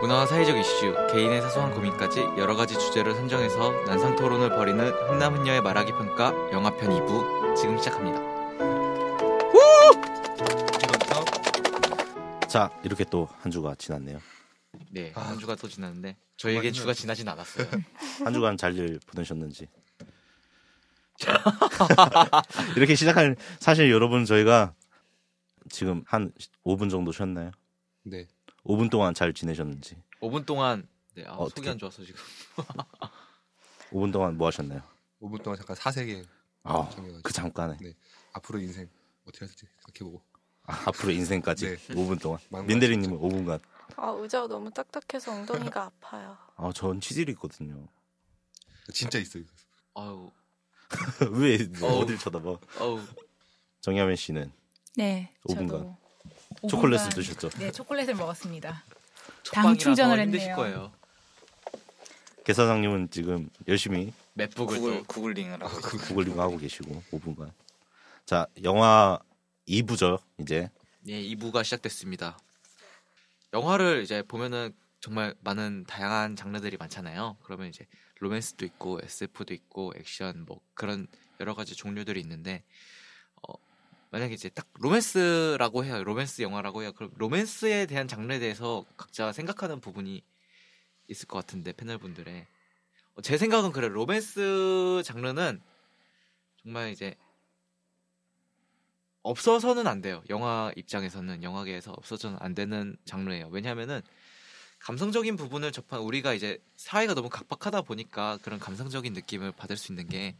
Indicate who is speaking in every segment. Speaker 1: 문화와 사회적 이슈, 개인의 사소한 고민까지 여러 가지 주제를 선정해서 난상 토론을 벌이는 훈남훈녀의 말하기 평가 영화편 2부 지금 시작합니다.
Speaker 2: 자 아, 이렇게 또 한 주가 지났네요.
Speaker 1: 네, 한 주가 또 지났는데 저희에게 주가 지나진 않았어요.
Speaker 2: 한 주간 잘들 보내셨는지. 이렇게 시작할 사실 여러분 저희가 지금 한 5분 정도 쉬었나요?
Speaker 3: 네.
Speaker 2: 5분 동안 잘 지내셨는지.
Speaker 1: 5분 동안 네, 아,
Speaker 2: 어떻게?
Speaker 1: 속이 안 좋아서 지금
Speaker 2: 5분 동안 뭐 하셨나요?
Speaker 3: 5분 동안 잠깐 사색에
Speaker 2: 아,
Speaker 3: 정해가지고
Speaker 2: 그 잠깐에
Speaker 3: 앞으로 인생 어떻게 할지 생각해보고
Speaker 2: 아, 앞으로 인생까지
Speaker 3: 네.
Speaker 2: 5분 동안.
Speaker 3: 막말
Speaker 2: 민대리님은 5분간.
Speaker 4: 아 의자가 너무 딱딱해서 엉덩이가 아파요.
Speaker 2: 아, 전 치질이 있거든요.
Speaker 3: 진짜 있어요.
Speaker 1: 아우
Speaker 2: 왜
Speaker 1: 어우.
Speaker 2: 어딜 쳐다봐?
Speaker 1: 아우
Speaker 2: 정야면 씨는
Speaker 5: 네,
Speaker 2: 오분간.
Speaker 5: 저도 오분간.
Speaker 2: 초콜릿을 드셨죠?
Speaker 5: 네, 초콜릿을 먹었습니다.
Speaker 1: 첫방이라서
Speaker 5: 충전을
Speaker 1: 힘드실
Speaker 5: 했네요.
Speaker 1: 거예요.
Speaker 2: 개사장님은 지금 열심히
Speaker 1: 맵북을
Speaker 6: 구글
Speaker 1: 또
Speaker 6: 구글링을 하고 있어요.
Speaker 2: 구글링 하고 계시고 5분간. 자, 영화 2부죠 이제.
Speaker 1: 예, 2부가 시작됐습니다. 영화를 이제 보면은 정말 많은 다양한 장르들이 많잖아요. 그러면 이제 로맨스도 있고 SF도 있고 액션 뭐 그런 여러 가지 종류들이 있는데 어, 만약에 이제 딱 로맨스라고 해요. 로맨스 영화라고 해요. 그럼 로맨스에 대한 장르에 대해서 각자 생각하는 부분이 있을 것 같은데 패널분들의 어, 제 생각은 그래 요 로맨스 장르는 정말 이제 없어서는 안 돼요. 영화 입장에서는 영화계에서 없어서는 안 되는 장르예요. 왜냐하면은 감성적인 부분을 접한 우리가 이제 사회가 너무 각박하다 보니까 그런 감성적인 느낌을 받을 수 있는 게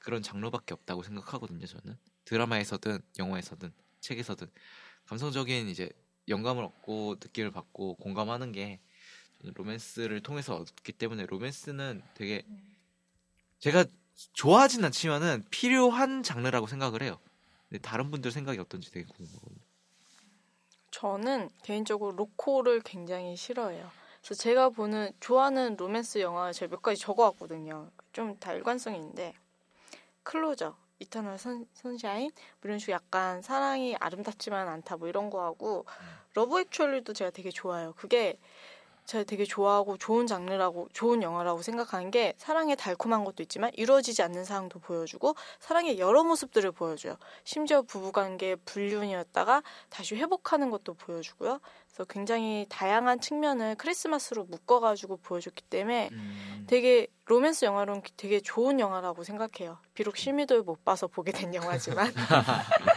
Speaker 1: 그런 장르밖에 없다고 생각하거든요. 저는 드라마에서든 영화에서든 책에서든 감성적인 이제 영감을 얻고 느낌을 받고 공감하는 게 저는 로맨스를 통해서 얻기 때문에 로맨스는 되게 제가 좋아하진 않지만은 필요한 장르라고 생각을 해요. 근데 다른 분들 생각이 어떤지 되게 궁금하거든요.
Speaker 4: 저는 개인적으로 로코를 굉장히 싫어해요. 그래서 제가 보는 좋아하는 로맨스 영화 제가 몇 가지 적어왔거든요. 좀 다 일관성이 있는데 클로저, 이터널 선, 선샤인 뭐 이런 식으로 약간 사랑이 아름답지만 않다 뭐 이런 거 하고 러브 액츄얼리도 제가 되게 좋아해요. 그게 제가 되게 좋아하고 좋은 장르라고 좋은 영화라고 생각하는 게 사랑의 달콤한 것도 있지만 이루어지지 않는 사랑도 보여주고 사랑의 여러 모습들을 보여줘요. 심지어 부부관계 불륜이었다가 다시 회복하는 것도 보여주고요. 그래서 굉장히 다양한 측면을 크리스마스로 묶어가지고 보여줬기
Speaker 1: 음.
Speaker 4: 때문에 되게 로맨스 영화로는 되게 좋은 영화라고 생각해요. 비록 실미도를 못 봐서 보게 된 영화지만.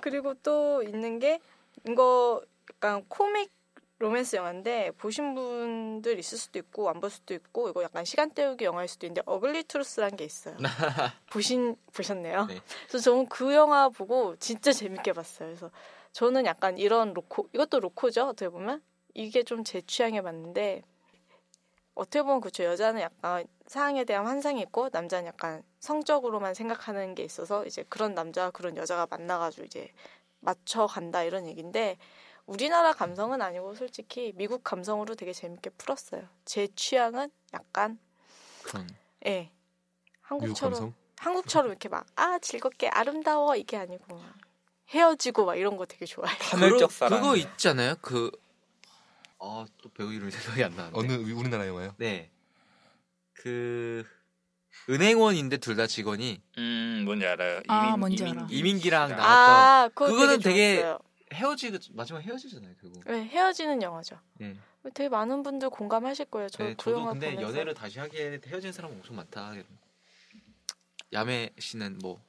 Speaker 4: 그리고 또 있는 게 이거 약간 코믹 로맨스 영화인데 보신 분들 있을 수도 있고 안 볼 수도 있고 이거 약간 시간 때우기 영화일 수도 있는데 어글리 트루스란 게 있어요. 보신 보셨네요.
Speaker 1: 네.
Speaker 4: 그래서 저는 그 영화 보고 진짜 재밌게 봤어요. 그래서 저는 약간 이런 로코 이것도 로코죠 어떻게 보면 이게 좀 제 취향에 맞는데 어떻게 보면 그렇죠 여자는 약간 사랑에 대한 환상이 있고 남자는 약간 성적으로만 생각하는 게 있어서 이제 그런 남자와 그런 여자가 만나가지고 이제 맞춰 간다 이런 얘기인데 우리나라 감성은 아니고 솔직히 미국 감성으로 되게 재밌게 풀었어요 제 취향은 약간
Speaker 1: 그런
Speaker 4: 예
Speaker 1: 어,
Speaker 3: 미국
Speaker 4: 한국처럼
Speaker 3: 감성?
Speaker 4: 한국처럼 이렇게 막 아 즐겁게 아름다워 이게 아니고 막 헤어지고 막 이런 거 되게 좋아해요.
Speaker 6: 파멸적 사랑.
Speaker 1: 그거 있잖아요. 그 아, 또 배우 이름이 생각이 안 나는데.
Speaker 3: 어느 우- 우리나라 영화요?
Speaker 1: 네. 그 은행원인데 둘 다 직원이
Speaker 6: 음 뭔지 알아요.
Speaker 5: 아, 뭔지
Speaker 1: 음.
Speaker 5: 알아.
Speaker 1: 이민기랑 나-
Speaker 4: 아, 그거
Speaker 1: 그거는 되게
Speaker 4: 되게 좋았어요.
Speaker 1: 헤어지 마지막 에 헤어지잖아요, 결국.
Speaker 4: 네, 헤어지는 영화죠.
Speaker 1: 네.
Speaker 4: 되게 많은 분들 공감하실 거예요. 저
Speaker 1: 네,
Speaker 4: 그
Speaker 1: 저도
Speaker 4: 영화
Speaker 1: 근데
Speaker 4: 보면서
Speaker 1: 연애를 다시 하게 헤어진 사람 엄청 많다. 야매 씨는 뭐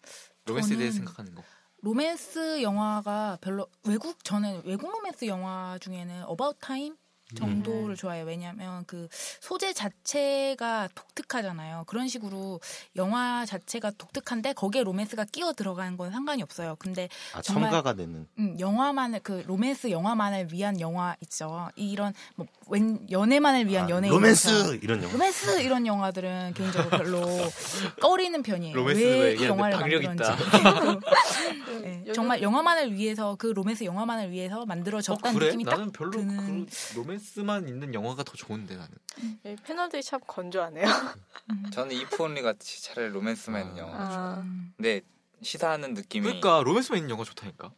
Speaker 1: 로맨스에 대해
Speaker 5: 저는
Speaker 1: 생각하는 거.
Speaker 5: 로맨스 영화가 별로 외국 저는 외국 로맨스 영화 중에는 어바웃 타임 정도를
Speaker 4: 음.
Speaker 5: 좋아해요. 왜냐하면 그 소재 자체가 독특하잖아요. 그런 식으로 영화 자체가 독특한데 거기에 로맨스가 끼어 들어간 건 상관이 없어요. 근데
Speaker 2: 아,
Speaker 5: 정말-
Speaker 2: 첨가가 되는.
Speaker 5: 음, 영화만을 그 로맨스 영화만을 위한 영화 있죠. 이런 뭐웬 연애만을 위한
Speaker 2: 아,
Speaker 5: 연애 영화처럼.
Speaker 2: 로맨스 이런 영화.
Speaker 5: 로맨스 이런 영화들은 개인적으로 별로 꺼리는 편이에요.
Speaker 1: 로맨스는 왜
Speaker 5: 왜 이
Speaker 1: 얘기하는데
Speaker 5: 영화를
Speaker 1: 박력 있다.
Speaker 5: 만들었는지. 네,
Speaker 4: 요즘-
Speaker 5: 정말 영화만을 위해서 그 로맨스 영화만을 위해서 만들어졌다는
Speaker 1: 그래?
Speaker 5: 느낌이 딱
Speaker 1: 나는 별로
Speaker 5: 드는-
Speaker 1: 그 로맨스만 있는 영화가 더 좋은데 나는.
Speaker 4: 이 네, 패널들이 참 건조하네요.
Speaker 6: 저는 이프온리 같이 차라리 로맨스만 있는
Speaker 1: 아.
Speaker 6: 영화.
Speaker 4: 아,
Speaker 5: 음,
Speaker 6: 근데 시사하는 느낌이
Speaker 1: 네. 그러니까 로맨스만 있는 영화 좋다니까.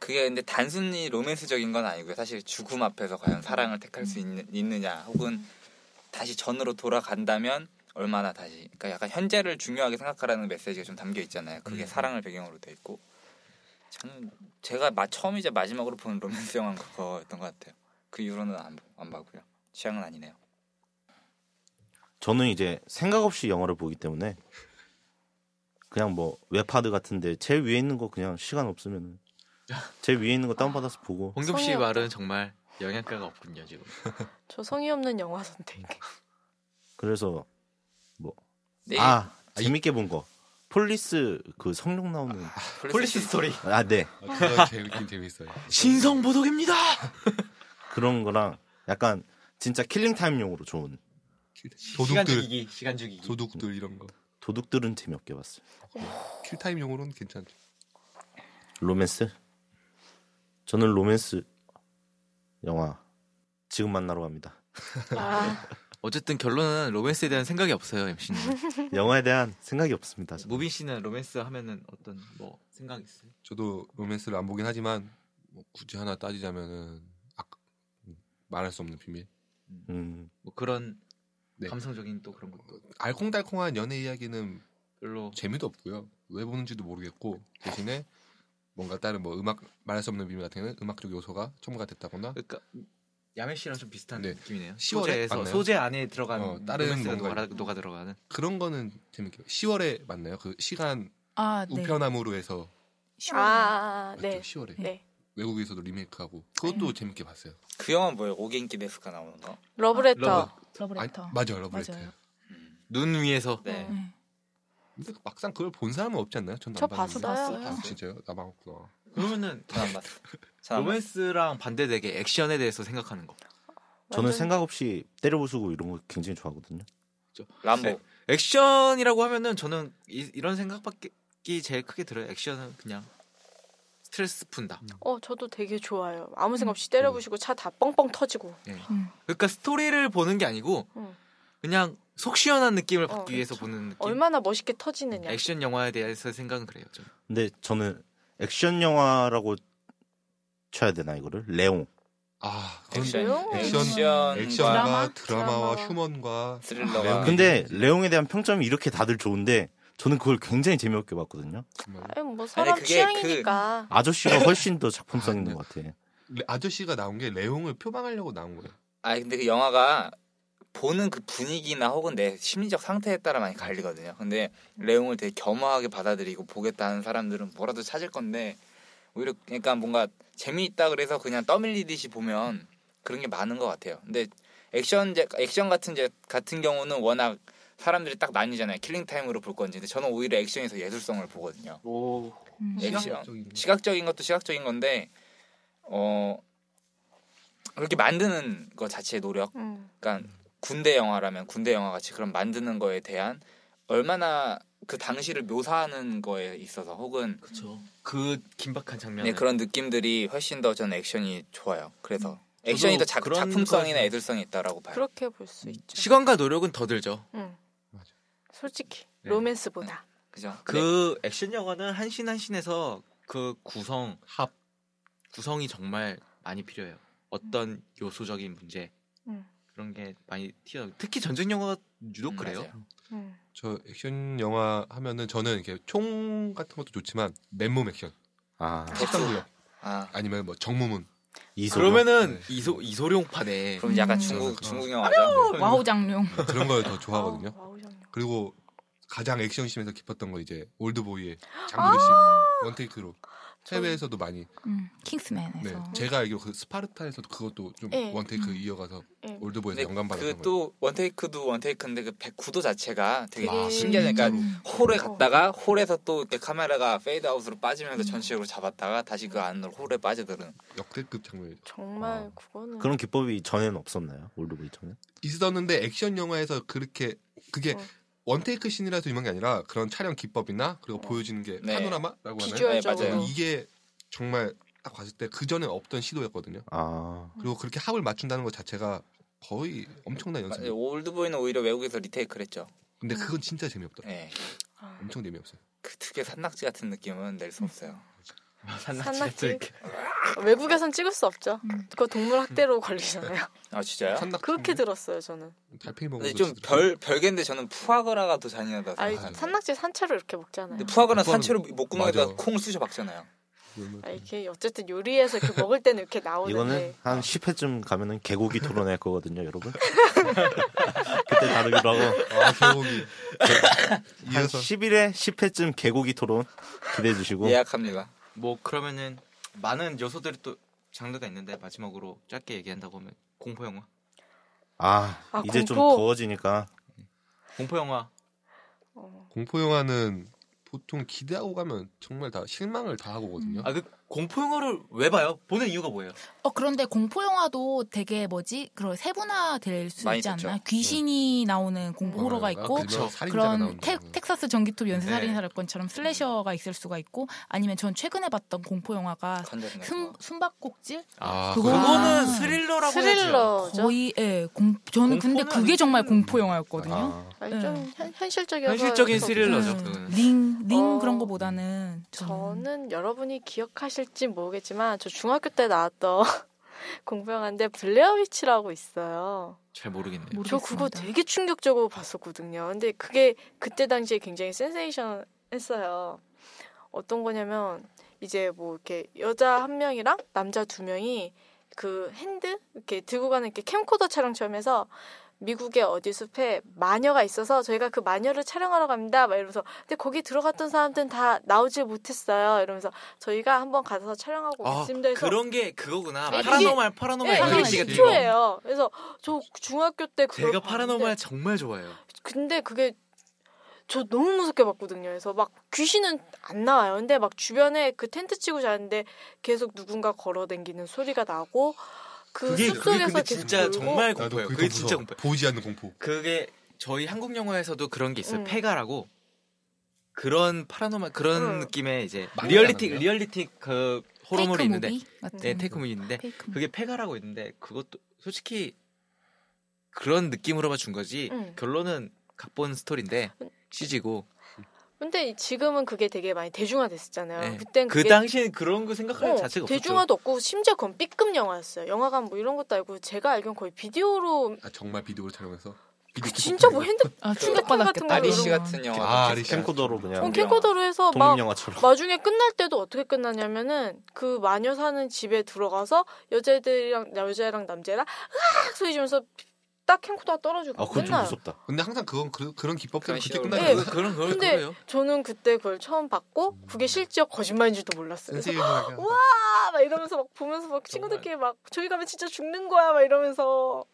Speaker 6: 그게 근데 단순히 로맨스적인 건 아니고요. 사실 죽음 앞에서 과연 사랑을 택할 수 있느, 냐 혹은 다시 전으로 돌아간다면 얼마나 다시 그러니까 약간 현재를 중요하게 생각하라는 메시지가 좀 담겨 있잖아요. 그게
Speaker 1: 음.
Speaker 6: 사랑을 배경으로 돼 있고 저는 제가 마, 처음이자 마지막으로 본 로맨스 영화 그거였던 것 같아요. 그 이후로는 안, 안 봐고요. 취향은 아니네요.
Speaker 2: 저는 이제 생각 없이 영화를 보기 때문에 그냥 뭐 웹하드 같은데 제일 위에 있는 거 그냥 시간 없으면 제일 위에 있는 거 다운받아서 보고
Speaker 1: 홍금 씨
Speaker 4: 성의 없다.
Speaker 1: 말은 정말 영향가가 없군요 지금.
Speaker 4: 저 성의 없는 영화 선택.
Speaker 2: 그래서
Speaker 6: 네,
Speaker 2: 아 재밌게 본 거 폴리스 그 성룡 나오는
Speaker 1: 폴리스 스토리
Speaker 2: 아 네
Speaker 3: 아, 그거 제일 느낌 재밌어요.
Speaker 1: 신성 보독입니다.
Speaker 2: 그런 거랑 약간 진짜 킬링 타임용으로 좋은
Speaker 1: 시간
Speaker 3: 도둑들
Speaker 1: 죽이기 시간 죽이기.
Speaker 3: 도둑들 이런 거
Speaker 2: 도둑들은 재미없게 봤어요.
Speaker 3: 킬타임용으로는 괜찮죠.
Speaker 2: 로맨스? 저는 로맨스 영화 지금 만나러 갑니다.
Speaker 4: 아,
Speaker 1: 어쨌든 결론은 로맨스에 대한 생각이 없어요 MC님.
Speaker 2: 영화에 대한 생각이 없습니다. 저는.
Speaker 1: 무빈 씨는 로맨스 하면은 어떤 뭐 생각 있어요?
Speaker 3: 저도 로맨스를 안 보긴 하지만 뭐 굳이 하나 따지자면은 아, 음, 말할 수 없는 비밀.
Speaker 2: 음,
Speaker 1: 뭐 그런
Speaker 3: 네.
Speaker 1: 감성적인 또 그런 것도
Speaker 3: 알콩달콩한 연애 이야기는
Speaker 1: 별로.
Speaker 3: 재미도 없고요. 왜 보는지도 모르겠고 대신에 뭔가 다른 뭐 음악 말할 수 없는 비밀 같은 경우는 음악적 요소가 첨가가 됐다거나
Speaker 1: 그러니까 야매 씨랑 좀 비슷한
Speaker 3: 네.
Speaker 1: 느낌이네요.
Speaker 3: 10월에
Speaker 1: 소재에서
Speaker 3: 맞나요?
Speaker 1: 소재 안에 들어간
Speaker 3: 어, 다른
Speaker 1: 로맨스가
Speaker 3: 뭔가
Speaker 1: 녹아,
Speaker 3: 있고.
Speaker 1: 녹아 들어가는.
Speaker 3: 그런 거는 재밌게 10월에 맞나요? 그 시간
Speaker 5: 아, 네.
Speaker 3: 우편함으로 해서
Speaker 4: 아,
Speaker 5: 쉬워요.
Speaker 4: 아, 아,
Speaker 3: 맞죠?
Speaker 4: 네.
Speaker 3: 10월에
Speaker 4: 네.
Speaker 3: 외국에서도 리메이크하고 그것도 재밌게 봤어요.
Speaker 6: 그 영화 뭐예요? 오겐키 데스카 나오는 거?
Speaker 4: 러브레터.
Speaker 1: 러브.
Speaker 3: 아,
Speaker 5: 러브레터.
Speaker 3: 맞아요, 러브레터.
Speaker 5: 맞아요.
Speaker 6: 음.
Speaker 1: 눈 위에서
Speaker 6: 네.
Speaker 5: 네.
Speaker 3: 근데 막상 그걸 본 사람은 없지 않나요? 전안
Speaker 4: 저
Speaker 3: 봤는데.
Speaker 4: 봤어요.
Speaker 5: 봤어요.
Speaker 3: 아, 진짜요? 나만 없구나.
Speaker 1: 그러면은
Speaker 6: 전안 봤어. 전안 봤어.
Speaker 1: 로맨스랑 반대되게 액션에 대해서 생각하는 거.
Speaker 2: 저는
Speaker 4: 완전-
Speaker 2: 생각 없이 때려부수고 이런 거 굉장히 좋아하거든요.
Speaker 6: 람보.
Speaker 1: 액션이라고 하면은 저는 이, 이런 생각밖에 제일 크게 들어요. 액션은 그냥 스트레스 푼다.
Speaker 4: 어, 저도 되게 좋아요. 아무
Speaker 5: 음.
Speaker 4: 생각 없이 때려부시고 차 다 뻥뻥 터지고.
Speaker 1: 그러니까 스토리를 보는 게 아니고
Speaker 4: 음.
Speaker 1: 그냥 속 시원한 느낌을 받기
Speaker 4: 어, 그쵸.
Speaker 1: 위해서 보는 느낌.
Speaker 4: 얼마나 멋있게 터지느냐.
Speaker 1: 액션 영화에 대해서 생각은 그래요. 저는.
Speaker 2: 근데 저는 액션 영화라고 쳐야 되나 이거를? 레옹.
Speaker 3: 아, 그건
Speaker 6: 액션,
Speaker 4: 그래요?
Speaker 6: 액션, 액션과
Speaker 3: 액션과
Speaker 5: 드라마?
Speaker 3: 드라마와
Speaker 4: 드라마.
Speaker 3: 휴먼과
Speaker 6: 스릴러가
Speaker 3: 레옹.
Speaker 2: 근데 레옹에 대한 평점이 이렇게 다들 좋은데 저는 그걸 굉장히 재미없게 봤거든요.
Speaker 3: 정말
Speaker 4: 아니, 뭐 사람
Speaker 6: 그게
Speaker 4: 취향이니까.
Speaker 2: 아저씨가 훨씬 더 작품성 있는 것 같아.
Speaker 3: 레- 아저씨가 나온 게 레옹을 표방하려고 나온 거예요.
Speaker 6: 아 근데 그 영화가 보는 그 분위기나 혹은 내 심리적 상태에 따라 많이 갈리거든요. 근데 레옹을 되게 겸허하게 받아들이고 보겠다는 사람들은 뭐라도 찾을 건데 오히려 그러니까 뭔가 재미있다 그래서 그냥 떠밀리듯이 보면 그런 게 많은 것 같아요. 근데 액션 제- 액션 같은 제- 같은 경우는 워낙 사람들이 딱 나뉘잖아요. 킬링 타임으로 볼 건지. 근데 저는 오히려 액션에서 예술성을 보거든요.
Speaker 1: 오.
Speaker 5: 음.
Speaker 6: 액션.
Speaker 3: 뭐 시각적인 거.
Speaker 6: 시각적인 것도 시각적인 건데 어 그렇게 만드는 것 자체의 노력
Speaker 4: 음.
Speaker 6: 그러니까 군대 영화라면 군대 영화 같이 그런 만드는 거에 대한 얼마나 그 당시를 묘사하는 거에 있어서 혹은
Speaker 1: 그렇죠. 그 긴박한 장면.
Speaker 6: 네, 그런 느낌들이 훨씬 더 저는 액션이 좋아요. 그래서 액션이 더 작,
Speaker 1: 그런
Speaker 6: 작품성이나
Speaker 1: 거에서-
Speaker 6: 애들성이 있다라고 봐요.
Speaker 4: 그렇게 볼 수 있죠.
Speaker 1: 음, 시간과 노력은 더 들죠.
Speaker 4: 음.
Speaker 3: 맞아.
Speaker 4: 솔직히
Speaker 1: 네.
Speaker 4: 로맨스보다.
Speaker 6: 그죠? 네.
Speaker 1: 그 액션 영화는 한신 한신에서 그 구성 합 구성이 정말 많이 필요해요. 어떤 요소적인 문제
Speaker 4: 음.
Speaker 1: 그런 게 많이 튀어. 특히 전쟁 영화가 유독
Speaker 6: 음,
Speaker 1: 그래요.
Speaker 6: 맞아요.
Speaker 5: 네.
Speaker 4: 음.
Speaker 3: 저 액션 영화 하면은 저는 이렇게 총 같은 것도 좋지만 맨몸 액션,
Speaker 2: 아,
Speaker 3: 협상구역
Speaker 6: 아
Speaker 3: 아니면 뭐 정무문
Speaker 2: 이소룡.
Speaker 1: 그러면은
Speaker 3: 네.
Speaker 1: 이소 이소룡판에
Speaker 6: 그럼
Speaker 5: 음.
Speaker 6: 약간
Speaker 5: 아,
Speaker 6: 중국
Speaker 3: 그래서-
Speaker 6: 중국
Speaker 1: 네.
Speaker 6: 영화죠.
Speaker 5: 와우 장룡.
Speaker 3: 그런 걸 더 좋아하거든요.
Speaker 4: 아우, 아우, 장룡.
Speaker 3: 그리고 가장 액션 씬에서 깊었던 거 이제 올드보이의 장기리 씬
Speaker 4: 아!
Speaker 3: 원테이크로 해외에서도 많이
Speaker 5: 음.
Speaker 3: 네
Speaker 5: 킹스맨에서.
Speaker 3: 제가 알기로 그 스파르타에서도 그것도 좀
Speaker 4: 예.
Speaker 3: 원테이크 이어가서
Speaker 4: 예.
Speaker 3: 올드보이에서 네.
Speaker 6: 근데
Speaker 3: 영감 받았던 거예요.
Speaker 6: 네, 그또 원테이크도 원테이크인데 그 백- 구도 자체가 되게
Speaker 3: 아,
Speaker 6: 신기하니까 그러니까
Speaker 3: 진짜로.
Speaker 5: 음.
Speaker 6: 홀에 갔다가 홀에서 또 이렇게 카메라가 페이드아웃으로 빠지면서 전체적으로 잡았다가 다시 그 안으로 홀에 빠져드는
Speaker 3: 역대급 장면이죠.
Speaker 4: 정말
Speaker 2: 어.
Speaker 4: 그거는
Speaker 2: 그런 기법이 전에는 없었나요? 올드보이 전에?
Speaker 3: 있었는데 액션 영화에서 그렇게 그게
Speaker 4: 어.
Speaker 3: 원테이크 씬이라서 유명한 게 아니라 그런 촬영 기법이나 그리고
Speaker 4: 어.
Speaker 3: 보여지는 게
Speaker 6: 네.
Speaker 3: 파노라마라고 하나요? 어,
Speaker 4: 비주얼적으로
Speaker 6: 네, 맞아요.
Speaker 3: 이게 정말 딱 봤을 때 그 전에 없던 시도였거든요.
Speaker 4: 어.
Speaker 2: 아,
Speaker 3: 그리고 그렇게 합을 맞춘다는 것 자체가 거의 엄청난
Speaker 6: 맞아요. 예,
Speaker 3: 연습.
Speaker 6: 올드보이는 오히려 외국에서 리테이크를 했죠.
Speaker 4: 음.
Speaker 3: 근데 그건 진짜 재미없더라.
Speaker 6: 예.
Speaker 3: 엄청 재미없어요.
Speaker 6: 그 특유의 산낙지 같은 느낌은 낼 수 없어요.
Speaker 1: 산낙지를
Speaker 4: 산낙지.
Speaker 1: 이렇게.
Speaker 4: 외국에선 찍을 수 없죠.
Speaker 5: 음.
Speaker 4: 그거 동물 학대로 걸리잖아요.
Speaker 6: 아 진짜요?
Speaker 3: 산낙지
Speaker 4: 그렇게 들었어요, 저는.
Speaker 3: 음. 달팽이
Speaker 6: 근데
Speaker 3: 먹어도
Speaker 6: 좀 별 별개인데 저는 푸아거라가 더 잔인하다.
Speaker 1: 네.
Speaker 4: 아니,
Speaker 6: 생각해요.
Speaker 4: 산낙지 산채로 이렇게 먹잖아요.
Speaker 6: 근데 푸아거라
Speaker 3: 푸아거는-
Speaker 6: 산채로 목구멍에다
Speaker 3: 맞아.
Speaker 6: 콩 쑤셔 박잖아요.
Speaker 4: 아, 이렇게 어쨌든 요리해서 이렇게 먹을 때는 이렇게
Speaker 2: 이거는
Speaker 4: 나오는데
Speaker 2: 한 10회쯤 가면은 개고기 토론할 거거든요, 여러분. 그때 다루기로 하고
Speaker 3: 아 개고기
Speaker 2: 한
Speaker 3: 이어서
Speaker 2: 11회, 10회쯤 개고기 토론 기대해 주시고
Speaker 6: 예약합니다.
Speaker 1: 뭐 그러면은 많은 요소들이 또 장르가 있는데 마지막으로 짧게 얘기한다고 하면 공포 영화.
Speaker 2: 아,
Speaker 4: 아,
Speaker 2: 이제 좀
Speaker 4: 공포.
Speaker 2: 더워지니까
Speaker 1: 공포 영화
Speaker 4: 어,
Speaker 3: 공포 영화는 보통 기대하고 가면 정말 다 실망을 다 하고거든요.
Speaker 1: 아 그 공포 영화를 왜 봐요? 보는 이유가 뭐예요?
Speaker 5: 어 그런데 공포 영화도 되게 뭐지 그런 세분화 될 수
Speaker 6: 많이
Speaker 5: 있지
Speaker 6: 됐죠.
Speaker 5: 않나?
Speaker 1: 네.
Speaker 5: 귀신이 나오는
Speaker 1: 어,
Speaker 5: 공포
Speaker 1: 아,
Speaker 5: 호러가
Speaker 3: 영화가
Speaker 5: 있고
Speaker 3: 어, 그죠? 살인자가
Speaker 5: 그런
Speaker 3: 나오는
Speaker 5: 텍,
Speaker 3: 거죠.
Speaker 5: 텍사스 전기톱
Speaker 1: 네.
Speaker 5: 연쇄살인 사건처럼 슬래셔가 있을 수가 있고 아니면 전 최근에 봤던 공포 영화가
Speaker 6: 컨저링
Speaker 5: 숨, 숨바꼭질
Speaker 3: 아,
Speaker 5: 그거-
Speaker 3: 그거-
Speaker 1: 그거는
Speaker 5: 아.
Speaker 1: 스릴러라고 해야죠.
Speaker 4: 스릴러죠.
Speaker 5: 거의 예 공, 저는 근데
Speaker 1: 공포는
Speaker 5: 그게 정말
Speaker 1: 아니지만-
Speaker 5: 공포 영화였거든요.
Speaker 2: 아,
Speaker 4: 아니, 좀 현, 현실적이어서 그렇죠.
Speaker 1: 현실적인
Speaker 4: 좀-
Speaker 1: 스릴러죠.
Speaker 5: 네. 음,
Speaker 1: 그거는.
Speaker 5: 링, 링
Speaker 4: 네. 어.
Speaker 5: 그런 거보다는 저는
Speaker 4: 저는 여러분이 기억하실지 모르겠지만 저 중학교 때 나왔던 공포 영화인데 블레어 위치라고 있어요.
Speaker 1: 잘 모르겠네요.
Speaker 5: 모르겠습니다.
Speaker 4: 저 그거 되게 충격적으로 봤었거든요. 근데 그게 그때 당시에 굉장히 센세이션 했어요. 어떤 거냐면 이제 뭐 이렇게 여자 한 명이랑 남자 두 명이 그 핸드 이렇게 들고 가는 이렇게 캠코더 촬영처럼 해서 미국의 어디 숲에 마녀가 있어서 저희가 그 마녀를 촬영하러 갑니다. 막 이러면서 근데 거기 들어갔던 사람들은 다 나오질 못했어요. 이러면서 저희가 한번 가서 촬영하고
Speaker 1: 아,
Speaker 4: 오겠습니다. 해서
Speaker 1: 그런 게 그거구나.
Speaker 4: 어, 네,
Speaker 1: 파라노말 파라노말
Speaker 4: 네,
Speaker 5: 그게
Speaker 1: 이런
Speaker 4: 그게
Speaker 1: 식의
Speaker 5: 시계
Speaker 1: 드라마.
Speaker 4: 기초예요. 그래서 저 중학교 때 그걸 아,
Speaker 1: 제가
Speaker 4: 봤는데
Speaker 1: 파라노말 정말 좋아해요.
Speaker 4: 근데 그게 저 너무 무섭게 봤거든요. 그래서 막 귀신은 안 나와요. 근데 막 주변에 그 텐트 치고 자는데 계속 누군가 걸어다니는 소리가 나고 그
Speaker 1: 그게 그게
Speaker 4: 숲속에서
Speaker 1: 근데
Speaker 4: 계속
Speaker 1: 진짜
Speaker 4: 울고
Speaker 1: 정말
Speaker 3: 나도
Speaker 1: 공포예요.
Speaker 3: 그게
Speaker 1: 그게
Speaker 3: 더
Speaker 1: 진짜
Speaker 3: 무서워.
Speaker 1: 공포.
Speaker 3: 보이지 않는 공포.
Speaker 1: 그게 저희 한국 영화에서도 그런 게 있어요.
Speaker 4: 음.
Speaker 1: 페가라고 그런 파라노말 그런
Speaker 4: 음.
Speaker 1: 느낌의 이제
Speaker 3: 막내라는
Speaker 1: 리얼리티
Speaker 3: 거요?
Speaker 1: 리얼리티 그 호러물이 있는데 네,
Speaker 5: 테이크
Speaker 1: 테이크물이 있는데
Speaker 5: 테이크
Speaker 1: 그게 페가라고 있는데 그것도 솔직히 그런 느낌으로만 준 거지
Speaker 4: 음.
Speaker 1: 결론은 각본 스토리인데 CG고
Speaker 4: 근데 지금은 그게 되게 많이 대중화됐었잖아요.
Speaker 1: 네.
Speaker 4: 그땐
Speaker 1: 그
Speaker 4: 그게
Speaker 1: 당시엔 그런 거 생각할
Speaker 4: 어,
Speaker 1: 자체가 없었죠.
Speaker 4: 대중화도 없고 심지어 그건 B급 영화였어요. 영화관 뭐 이런 것도 아니고 제가 알기론 거의 비디오로
Speaker 3: 아 정말 비디오를 촬영해서
Speaker 4: 그
Speaker 3: 비디오
Speaker 4: 진짜 뭐 핸드
Speaker 1: 그
Speaker 5: 아,
Speaker 4: 같은
Speaker 5: 충격받았겠다.
Speaker 4: 걸로.
Speaker 6: 아리씨 같은 영화.
Speaker 3: 아, 아리씨.
Speaker 2: 캠코더로 그냥
Speaker 4: 폰 어, 캠코더로 해서 막
Speaker 2: 독립 영화처럼
Speaker 4: 나중에 끝날 때도 어떻게 끝나냐면은 그 마녀 사는 집에 들어가서 여자들이랑 여자랑 남자랑 으악 소리 지면서 딱 캠코더가 떨어지고
Speaker 2: 아, 그건 좀
Speaker 4: 끝나요.
Speaker 2: 무섭다.
Speaker 3: 근데 항상 그건 그, 그런 기법들은
Speaker 6: 그런
Speaker 3: 그때
Speaker 6: 시도를-
Speaker 3: 끝나요.
Speaker 4: 네.
Speaker 1: 그거- 그런 거
Speaker 4: 근데-
Speaker 1: 그거예요.
Speaker 4: 저는 그때 그걸 처음 봤고 그게 실제 거짓말인지도
Speaker 3: 음.
Speaker 4: 몰랐어요. 그래서
Speaker 3: 센세이션하게.
Speaker 4: 우와! 아, 막 이러면서 막 보면서 막 친구들끼리 막 저기 가면 진짜 죽는 거야 막 이러면서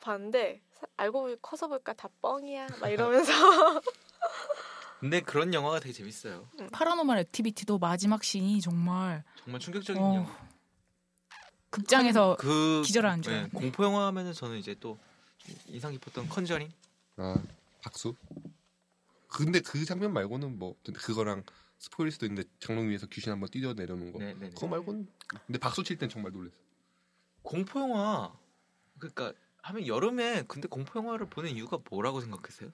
Speaker 4: 봤는데 사- 알고 보니 커서 볼까 다 뻥이야 막 이러면서
Speaker 1: 근데 그런 영화가 되게 재밌어요.
Speaker 5: 파라노말 액티비티도 마지막 씬이 정말
Speaker 1: 정말 충격적인
Speaker 5: 어,
Speaker 1: 영화.
Speaker 5: 극장에서
Speaker 1: 그
Speaker 5: 기절을 안 줘요.
Speaker 1: 공포 영화 하면은 저는 이제 또좀 인상 깊었던 컨저링.
Speaker 3: 아 박수. 근데 그 장면 말고는 뭐 근데 그거랑 스포일 수도 있는데 장롱 위에서 귀신 한번 뛰어 내려오는 거.
Speaker 1: 네, 네, 네.
Speaker 3: 뭐, 그거 말고는 근데 박수 칠 땐 정말 놀랐어.
Speaker 1: 공포 영화 그러니까 하면 여름에 근데 공포 영화를 보는 이유가 뭐라고 생각하세요?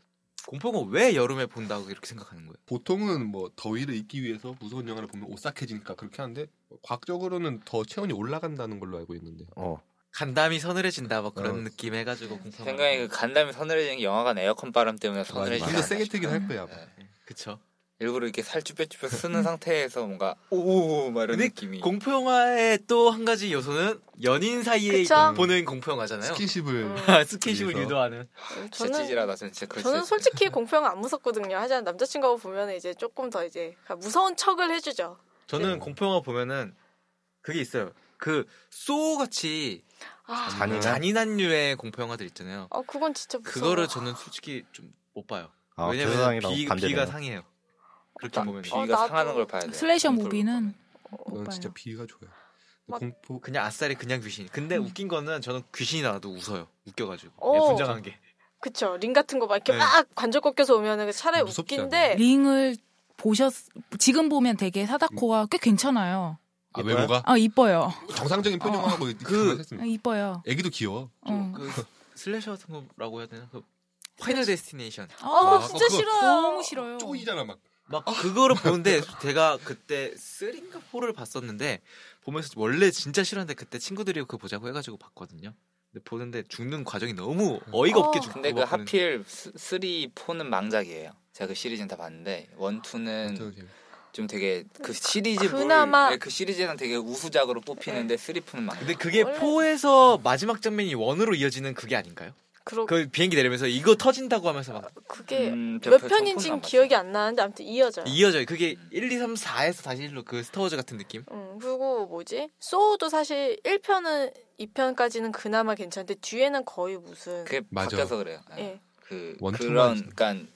Speaker 1: 공포 영화 왜 여름에 본다고 이렇게 생각하는 거예요?
Speaker 3: 보통은 뭐 더위를 잊기 위해서 무서운 영화를 보면 오싹해지니까 그렇게 하는데 뭐 과학적으로는 더 체온이 올라간다는 걸로 알고 있는데
Speaker 2: 어.
Speaker 1: 간담이 서늘해진다 막 그런
Speaker 3: 어.
Speaker 1: 느낌 해가지고 공포 영화.
Speaker 6: 생각에 그 간담이 서늘해지는 게 영화관 에어컨 바람 때문에 서늘해지는
Speaker 3: 아, 근데 세게 트긴 할 거야. 아마.
Speaker 6: 네.
Speaker 1: 그쵸.
Speaker 6: 일부러 이렇게 살 쭈뼛쭈뼛 쓰는 상태에서 뭔가 오오오 막 이런
Speaker 1: 근데
Speaker 6: 느낌이
Speaker 1: 공포 영화의 또 한 가지 요소는 연인 사이에
Speaker 4: 그쵸?
Speaker 1: 보는 공포 영화잖아요.
Speaker 3: 스킨십을
Speaker 4: 음.
Speaker 1: 아, 스킨십을
Speaker 3: 그래서.
Speaker 1: 유도하는.
Speaker 6: 진짜 찌질하다 저는 진짜 그럴
Speaker 4: 저는
Speaker 6: 수 있어요.
Speaker 4: 솔직히 공포영화 안 무섭거든요. 하지만 남자친구하고 보면 이제 조금 더 이제 그러니까 무서운 척을 해주죠.
Speaker 2: 네.
Speaker 1: 저는 공포 영화 보면은 그게 있어요. 그소 같이
Speaker 4: 아,
Speaker 2: 잔인한?
Speaker 1: 잔인한 류의 공포 영화들 있잖아요.
Speaker 4: 어, 그건 진짜 무서워.
Speaker 1: 그거를 저는 솔직히 좀 못 봐요.
Speaker 2: 아,
Speaker 1: 왜냐면
Speaker 2: 세상이랑
Speaker 1: 비,
Speaker 2: 반대네요. 아,
Speaker 1: 비가 상해요. 그렇게
Speaker 6: 나-
Speaker 1: 보면
Speaker 6: 비위가
Speaker 4: 어, 나도-
Speaker 6: 상하는 걸 봐야 음. 돼.
Speaker 5: 슬래셔 무비는
Speaker 3: 저는
Speaker 5: 못
Speaker 3: 진짜
Speaker 5: 봐요.
Speaker 3: 비가 좋아요.
Speaker 4: 막-
Speaker 3: 공포
Speaker 1: 그냥 아싸리 그냥 귀신. 근데
Speaker 5: 음.
Speaker 1: 웃긴 거는 저는 귀신이 나와도 웃어요. 웃겨가지고
Speaker 4: 어.
Speaker 1: 예, 분장한 게.
Speaker 4: 그쵸. 링 같은 거 막 이렇게
Speaker 1: 네.
Speaker 4: 막 관절 꺾여서 오면은 그 차라리
Speaker 3: 무섭지
Speaker 4: 웃긴데
Speaker 5: 링을 보셨 지금 보면 되게 사다코가 꽤 괜찮아요.
Speaker 3: 아,
Speaker 2: 이뻐요?
Speaker 3: 외모가
Speaker 5: 아 이뻐요.
Speaker 3: 정상적인
Speaker 6: 어,
Speaker 3: 표정하고
Speaker 1: 그-
Speaker 3: 그
Speaker 5: 아, 이뻐요.
Speaker 3: 애기도 귀여워.
Speaker 2: 음.
Speaker 5: 어.
Speaker 1: 그 슬래셔 같은 거라고 해야 되나? 그 파이널 데스티네이션.
Speaker 5: 아,
Speaker 3: 아,
Speaker 4: 진짜
Speaker 3: 그거
Speaker 4: 싫어요.
Speaker 5: 너무 싫어요.
Speaker 3: 쪼이잖아 막.
Speaker 1: 막 그거를 보는데 제가 그때 3인가 4를 봤었는데 보면서 원래 진짜 싫었는데 그때 친구들이 그거 보자고 해가지고 봤거든요. 근데 보는데 죽는 과정이 너무 어이가
Speaker 4: 어.
Speaker 1: 없게 죽고
Speaker 6: 근데 그
Speaker 1: 막 그러는-
Speaker 6: 하필 쓰리 포는 망작이에요. 제가 그 시리즈는 다 봤는데 원
Speaker 3: 어쩌고
Speaker 6: 투는
Speaker 3: 재밌-
Speaker 6: 좀 되게 그 시리즈
Speaker 4: 그나마-
Speaker 6: 그 시리즈는 되게 우수작으로 뽑히는데 쓰리 포는 망작.
Speaker 1: 근데 그게
Speaker 4: 원래-
Speaker 1: 4에서 마지막 장면이 원으로 이어지는 그게 아닌가요?
Speaker 4: 그러, 그,
Speaker 1: 그 비행기 내리면서 이거 터진다고 하면서 막
Speaker 4: 게
Speaker 6: 음, 저
Speaker 4: 몇
Speaker 6: 그
Speaker 4: 편인지는
Speaker 6: 정보는 안 봤어요.
Speaker 4: 기억이 안 나는데 아무튼 이어져요.
Speaker 1: 이어져요. 그게 1, 2, 3, 4에서 다시 1로 그 스타워즈 같은 느낌?
Speaker 4: 음, 그리고 뭐지? 소우도 사실 1편은 2편까지는 그나마 괜찮은데 뒤에는 거의 무슨
Speaker 6: 그게
Speaker 3: 맞아.
Speaker 6: 바뀌어서 그래요.
Speaker 4: 예,
Speaker 6: 그
Speaker 3: 원 투만
Speaker 6: 그런
Speaker 3: 진짜.
Speaker 6: 그러니까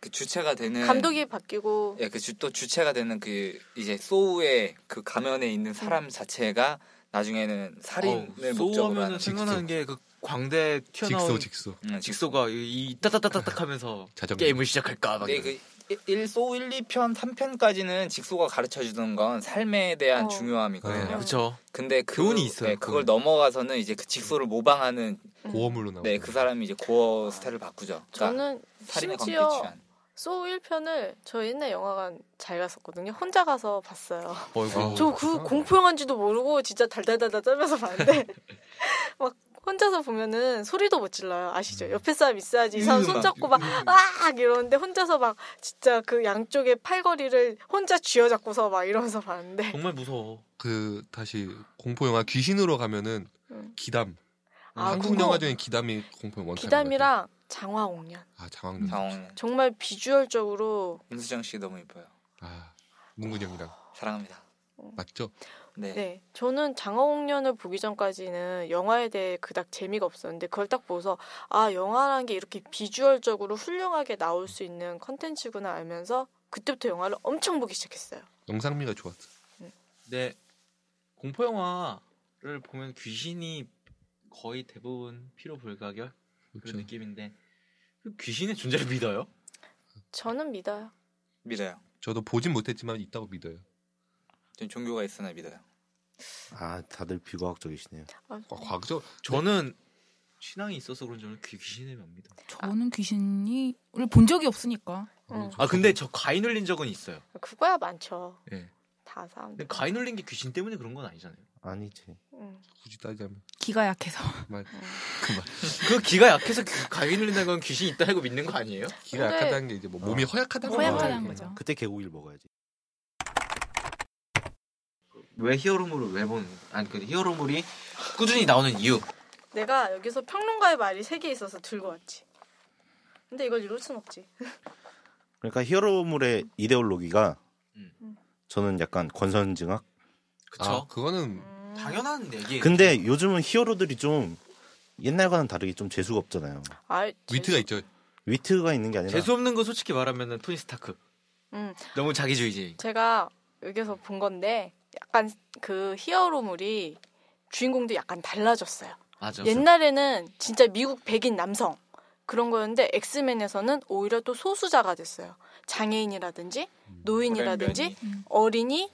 Speaker 6: 그 주체가 되는
Speaker 4: 감독이 바뀌고
Speaker 6: 예, 그 또 주체가 되는 그 이제 소우의 그 가면에 있는 사람
Speaker 4: 예.
Speaker 6: 자체가 나중에는 살인을 네, 목적으로 하는
Speaker 1: 어. 소우하면 생각나는 게 그 광대 튀어나온
Speaker 3: 직소 직소
Speaker 6: 음,
Speaker 1: 직소가 이 따따따따딱 하면서
Speaker 3: 자전거
Speaker 1: 게임을 시작할까 막
Speaker 6: 근데
Speaker 1: 이러면서.
Speaker 6: 그 1, 소 1, 2편, 3편까지는 직소가 가르쳐 주던 건 삶에 대한
Speaker 4: 어.
Speaker 6: 중요함이거든요.
Speaker 3: 네.
Speaker 1: 그렇죠.
Speaker 6: 근데 그,
Speaker 1: 교훈이 있어요,
Speaker 6: 네, 그걸
Speaker 1: 그거는.
Speaker 6: 넘어가서는 이제 그 직소를 모방하는
Speaker 3: 고어물로 나오고
Speaker 6: 네, 그 사람이 이제 고어 스타일을 바꾸죠. 그러니까
Speaker 4: 저는
Speaker 6: 살인의 관계
Speaker 4: 심지어
Speaker 6: 취한.
Speaker 4: 소우 1편을 저 옛날 영화관 잘 갔었거든요. 혼자 가서 봤어요.
Speaker 3: 어이구.
Speaker 4: 저 그 공포 영화인지도 모르고 진짜 달달달달 떨면서 봤는데 막 혼자서 보면은 소리도 못 질러요. 아시죠? 옆에 사람 있어야지 이 사람
Speaker 1: 음,
Speaker 4: 손
Speaker 1: 막,
Speaker 4: 잡고 막 아! 이러는데 혼자서 막 진짜 그 양쪽에 팔걸이를 혼자 쥐어잡고서 막 이러면서 봤는데
Speaker 1: 정말 무서워.
Speaker 3: 그 다시 공포 영화 귀신으로 가면은
Speaker 4: 음.
Speaker 3: 기담
Speaker 4: 아,
Speaker 3: 한국
Speaker 4: 그거.
Speaker 3: 영화 중에 기담이 공포 원탑
Speaker 4: 기담이랑 장화옥년
Speaker 3: 아 장황룡
Speaker 6: 장원
Speaker 4: 정말 비주얼적으로
Speaker 6: 문수정 씨 너무 이뻐요.
Speaker 3: 아 문근 형이랑
Speaker 6: 사랑합니다.
Speaker 3: 맞죠
Speaker 6: 네.
Speaker 4: 네 저는 장화옥년을 보기 전까지는 영화에 대해 그닥 재미가 없었는데 그걸 딱 보고서 아 영화란 게 이렇게 비주얼적으로 훌륭하게 나올 수 있는 컨텐츠구나 알면서 그때부터 영화를 엄청 보기 시작했어요.
Speaker 3: 영상미가 좋았어
Speaker 1: 근데 네. 공포 영화를 보면 귀신이 거의 대부분 피로 불가결 그런
Speaker 3: 그렇죠
Speaker 1: 느낌인데 그 귀신의 존재를 믿어요?
Speaker 4: 저는 믿어요.
Speaker 1: 아,
Speaker 6: 믿어요.
Speaker 3: 저도 보진 못했지만 있다고 믿어요
Speaker 6: 전 종교가 있으나 믿어요.
Speaker 2: 아 다들 비과학적이시네요.
Speaker 3: 과- 과학적
Speaker 1: 저는 신앙이 있어서 그런 점을 귀, 귀신을 안 믿어.
Speaker 5: 저는 귀신이를 본 적이 없으니까.
Speaker 4: 음.
Speaker 1: 아 근데 저 가위 눌린 적은 있어요.
Speaker 4: 그거야 많죠.
Speaker 1: 예.
Speaker 4: 다
Speaker 1: 근데
Speaker 4: 사람들.
Speaker 1: 가위 눌린 게 귀신 때문에 그런 건 아니잖아요.
Speaker 2: 아니지.
Speaker 4: 음.
Speaker 3: 굳이 따지자면
Speaker 5: 기가 약해서.
Speaker 3: 말
Speaker 1: 그 기가 약해서 귀- 가위 눌린다는 건 귀신이 있다 고 믿는 거 아니에요?
Speaker 3: 기가
Speaker 4: 근데-
Speaker 3: 약하다는 게 이제 뭐 몸이
Speaker 2: 어.
Speaker 3: 허약하다는
Speaker 2: 허약하다는
Speaker 3: 거잖아요.
Speaker 5: 거죠.
Speaker 2: 그때 개고기를 먹어야지.
Speaker 1: 왜 히어로물을 왜 보는? 아니 그 히어로물이 꾸준히 나오는 이유.
Speaker 4: 내가 여기서 평론가의 말이 세 개 있어서 들고 왔지. 근데 이걸 이룰 순 없지.
Speaker 2: 그러니까 히어로물의 이데올로기가
Speaker 1: 음.
Speaker 2: 저는 약간 권선징악.
Speaker 1: 그쵸?
Speaker 3: 아 그거는
Speaker 4: 음.
Speaker 1: 당연한 얘기.
Speaker 2: 근데 요즘은 히어로들이 좀 옛날과는 다르게 좀 재수가 없잖아요.
Speaker 4: 아,
Speaker 3: 위트가 있죠
Speaker 2: 위트가 있는 게 아니라
Speaker 1: 재수 없는 건 솔직히 말하면은 토니 스타크.
Speaker 4: 음.
Speaker 1: 너무 자기주의지.
Speaker 4: 제가 여기서 본 건데 약간 그 히어로물이 주인공도 약간 달라졌어요.
Speaker 1: 맞아.
Speaker 4: 옛날에는 진짜 미국 백인 남성 그런 거였는데 엑스맨에서는 오히려 또 소수자가 됐어요. 장애인이라든지 노인이라든지 어린이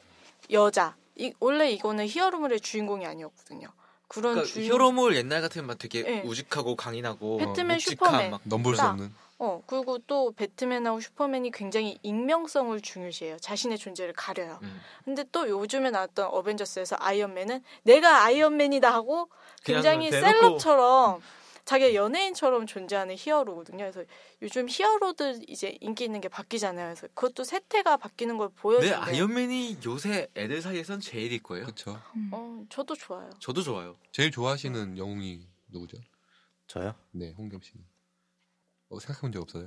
Speaker 4: 여자 이, 원래 이거는 히어로물의 주인공이 아니었거든요. 그런
Speaker 1: 그러니까
Speaker 4: 주인
Speaker 1: 히어로물 옛날 같으면 되게
Speaker 4: 예.
Speaker 1: 우직하고 강인하고
Speaker 4: 배트맨,
Speaker 1: 묵직한
Speaker 4: 슈퍼맨.
Speaker 1: 막
Speaker 3: 넘볼 수
Speaker 4: 나.
Speaker 3: 없는
Speaker 4: 어 그리고 또 배트맨하고 슈퍼맨이 굉장히 익명성을 중요시해요. 자신의 존재를 가려요.
Speaker 1: 음.
Speaker 4: 근데 또 요즘에 나왔던 어벤져스에서 아이언맨은 내가 아이언맨이다 하고
Speaker 1: 그냥
Speaker 4: 굉장히
Speaker 1: 대놓고-
Speaker 4: 셀럽처럼 자기 연예인처럼 존재하는 히어로거든요. 그래서 요즘 히어로들 이제 인기 있는 게 바뀌잖아요. 그래서 그것도 세태가 바뀌는 걸
Speaker 1: 네,
Speaker 4: 보여주는
Speaker 1: 아이언맨이 요새 애들 사이에선 제일일 거예요.
Speaker 3: 그렇죠
Speaker 4: 어, 저도 좋아요.
Speaker 1: 저도 좋아요.
Speaker 3: 제일 좋아하시는 영웅이 누구죠
Speaker 2: 저요?
Speaker 3: 네 홍겸 씨는 어, 생각해본 적 없어요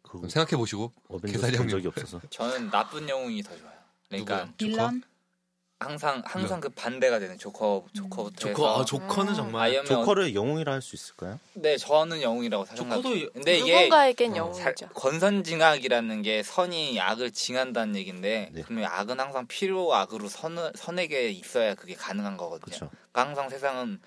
Speaker 2: 그거
Speaker 3: 그럼 생각해 보시고
Speaker 2: 어벤져스
Speaker 3: 계사장님.
Speaker 2: 본 적이 없어서
Speaker 6: 저는 나쁜 영웅이 더 좋아요. 그러니까
Speaker 3: 누구요?
Speaker 5: 빌런?
Speaker 6: 항상 항상 그 반대가 되는 조커 조커부터
Speaker 1: 네. 조커, 아
Speaker 6: 해서
Speaker 1: 조커는
Speaker 4: 음.
Speaker 1: 정말
Speaker 6: 아이언맨 어-
Speaker 2: 조커를 영웅이라 할 수 있을까요?
Speaker 6: 네 저는 영웅이라고 생각해요.
Speaker 1: 조커도 네, 이-
Speaker 6: 근데 이게
Speaker 4: 누군가에겐
Speaker 2: 어,
Speaker 6: 살-
Speaker 4: 영웅이죠.
Speaker 6: 권선징악이라는 게 선이 악을 징한다는 얘기인데
Speaker 2: 네.
Speaker 6: 그러면 악은 항상 필요 악으로 선 선에게 있어야 그게 가능한 거거든요.
Speaker 2: 그렇죠.
Speaker 6: 그러니까 항상 세상은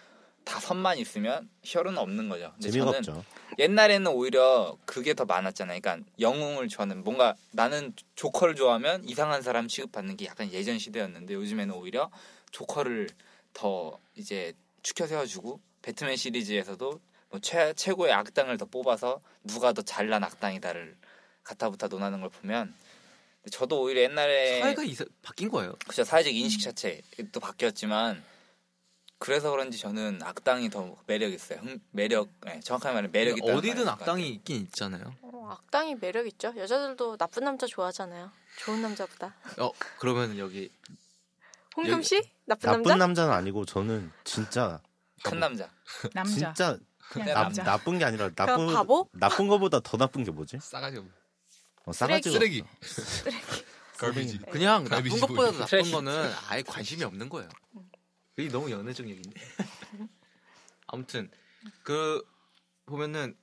Speaker 6: 다 선만 있으면 히어로는 없는 거죠. 근데
Speaker 2: 재미가
Speaker 6: 저는
Speaker 2: 없죠.
Speaker 6: 옛날에는 오히려 그게 더 많았잖아요. 그러니까 영웅을 좋아하는 뭔가 나는 조커를 좋아하면 이상한 사람 취급받는 게 약간 예전 시대였는데 요즘에는 오히려 조커를 더 이제 추켜 세워주고 배트맨 시리즈에서도 뭐 최, 최고의 악당을 더 뽑아서 누가 더 잘난 악당이다를 갖다붙어 논하는 걸 보면 근데 저도 오히려 옛날에
Speaker 1: 사회가 이사, 바뀐 거예요.
Speaker 6: 그쵸 사회적 인식 자체도 바뀌었지만 그래서 그런지 저는 악당이 더 매력 있어요. 흥- 매력 네, 정확하게 말하면 매력 있다.
Speaker 1: 어디든 악당이 있긴 있잖아요.
Speaker 4: 어, 악당이 매력 있죠. 여자들도 나쁜 남자 좋아하잖아요. 좋은 남자보다.
Speaker 1: 어 그러면 여기
Speaker 4: 홍금 씨? 나쁜,
Speaker 2: 나쁜
Speaker 4: 남자?
Speaker 2: 남자는 아니고 저는 진짜
Speaker 1: 음.
Speaker 6: 큰 남자.
Speaker 5: 남자.
Speaker 2: 진짜
Speaker 5: 그냥
Speaker 6: 나-
Speaker 2: 나,
Speaker 5: 네, 남자.
Speaker 2: 나쁜 게 아니라 나쁜
Speaker 4: 바보?
Speaker 2: 나쁜 거보다 더 나쁜 게 뭐지?
Speaker 3: 싸가지 없는
Speaker 2: 어, 싸가지가
Speaker 3: 쓰레기.
Speaker 2: 없어.
Speaker 3: 걸비지.
Speaker 4: 네.
Speaker 1: 그냥
Speaker 3: 갈비
Speaker 1: 나쁜
Speaker 3: 집어요.
Speaker 1: 것보다 도 나쁜
Speaker 6: 트래쉬.
Speaker 1: 거는 아예 관심이 없는 거예요. 그게 너무 연애적 얘기인데. 아무튼 그 보면은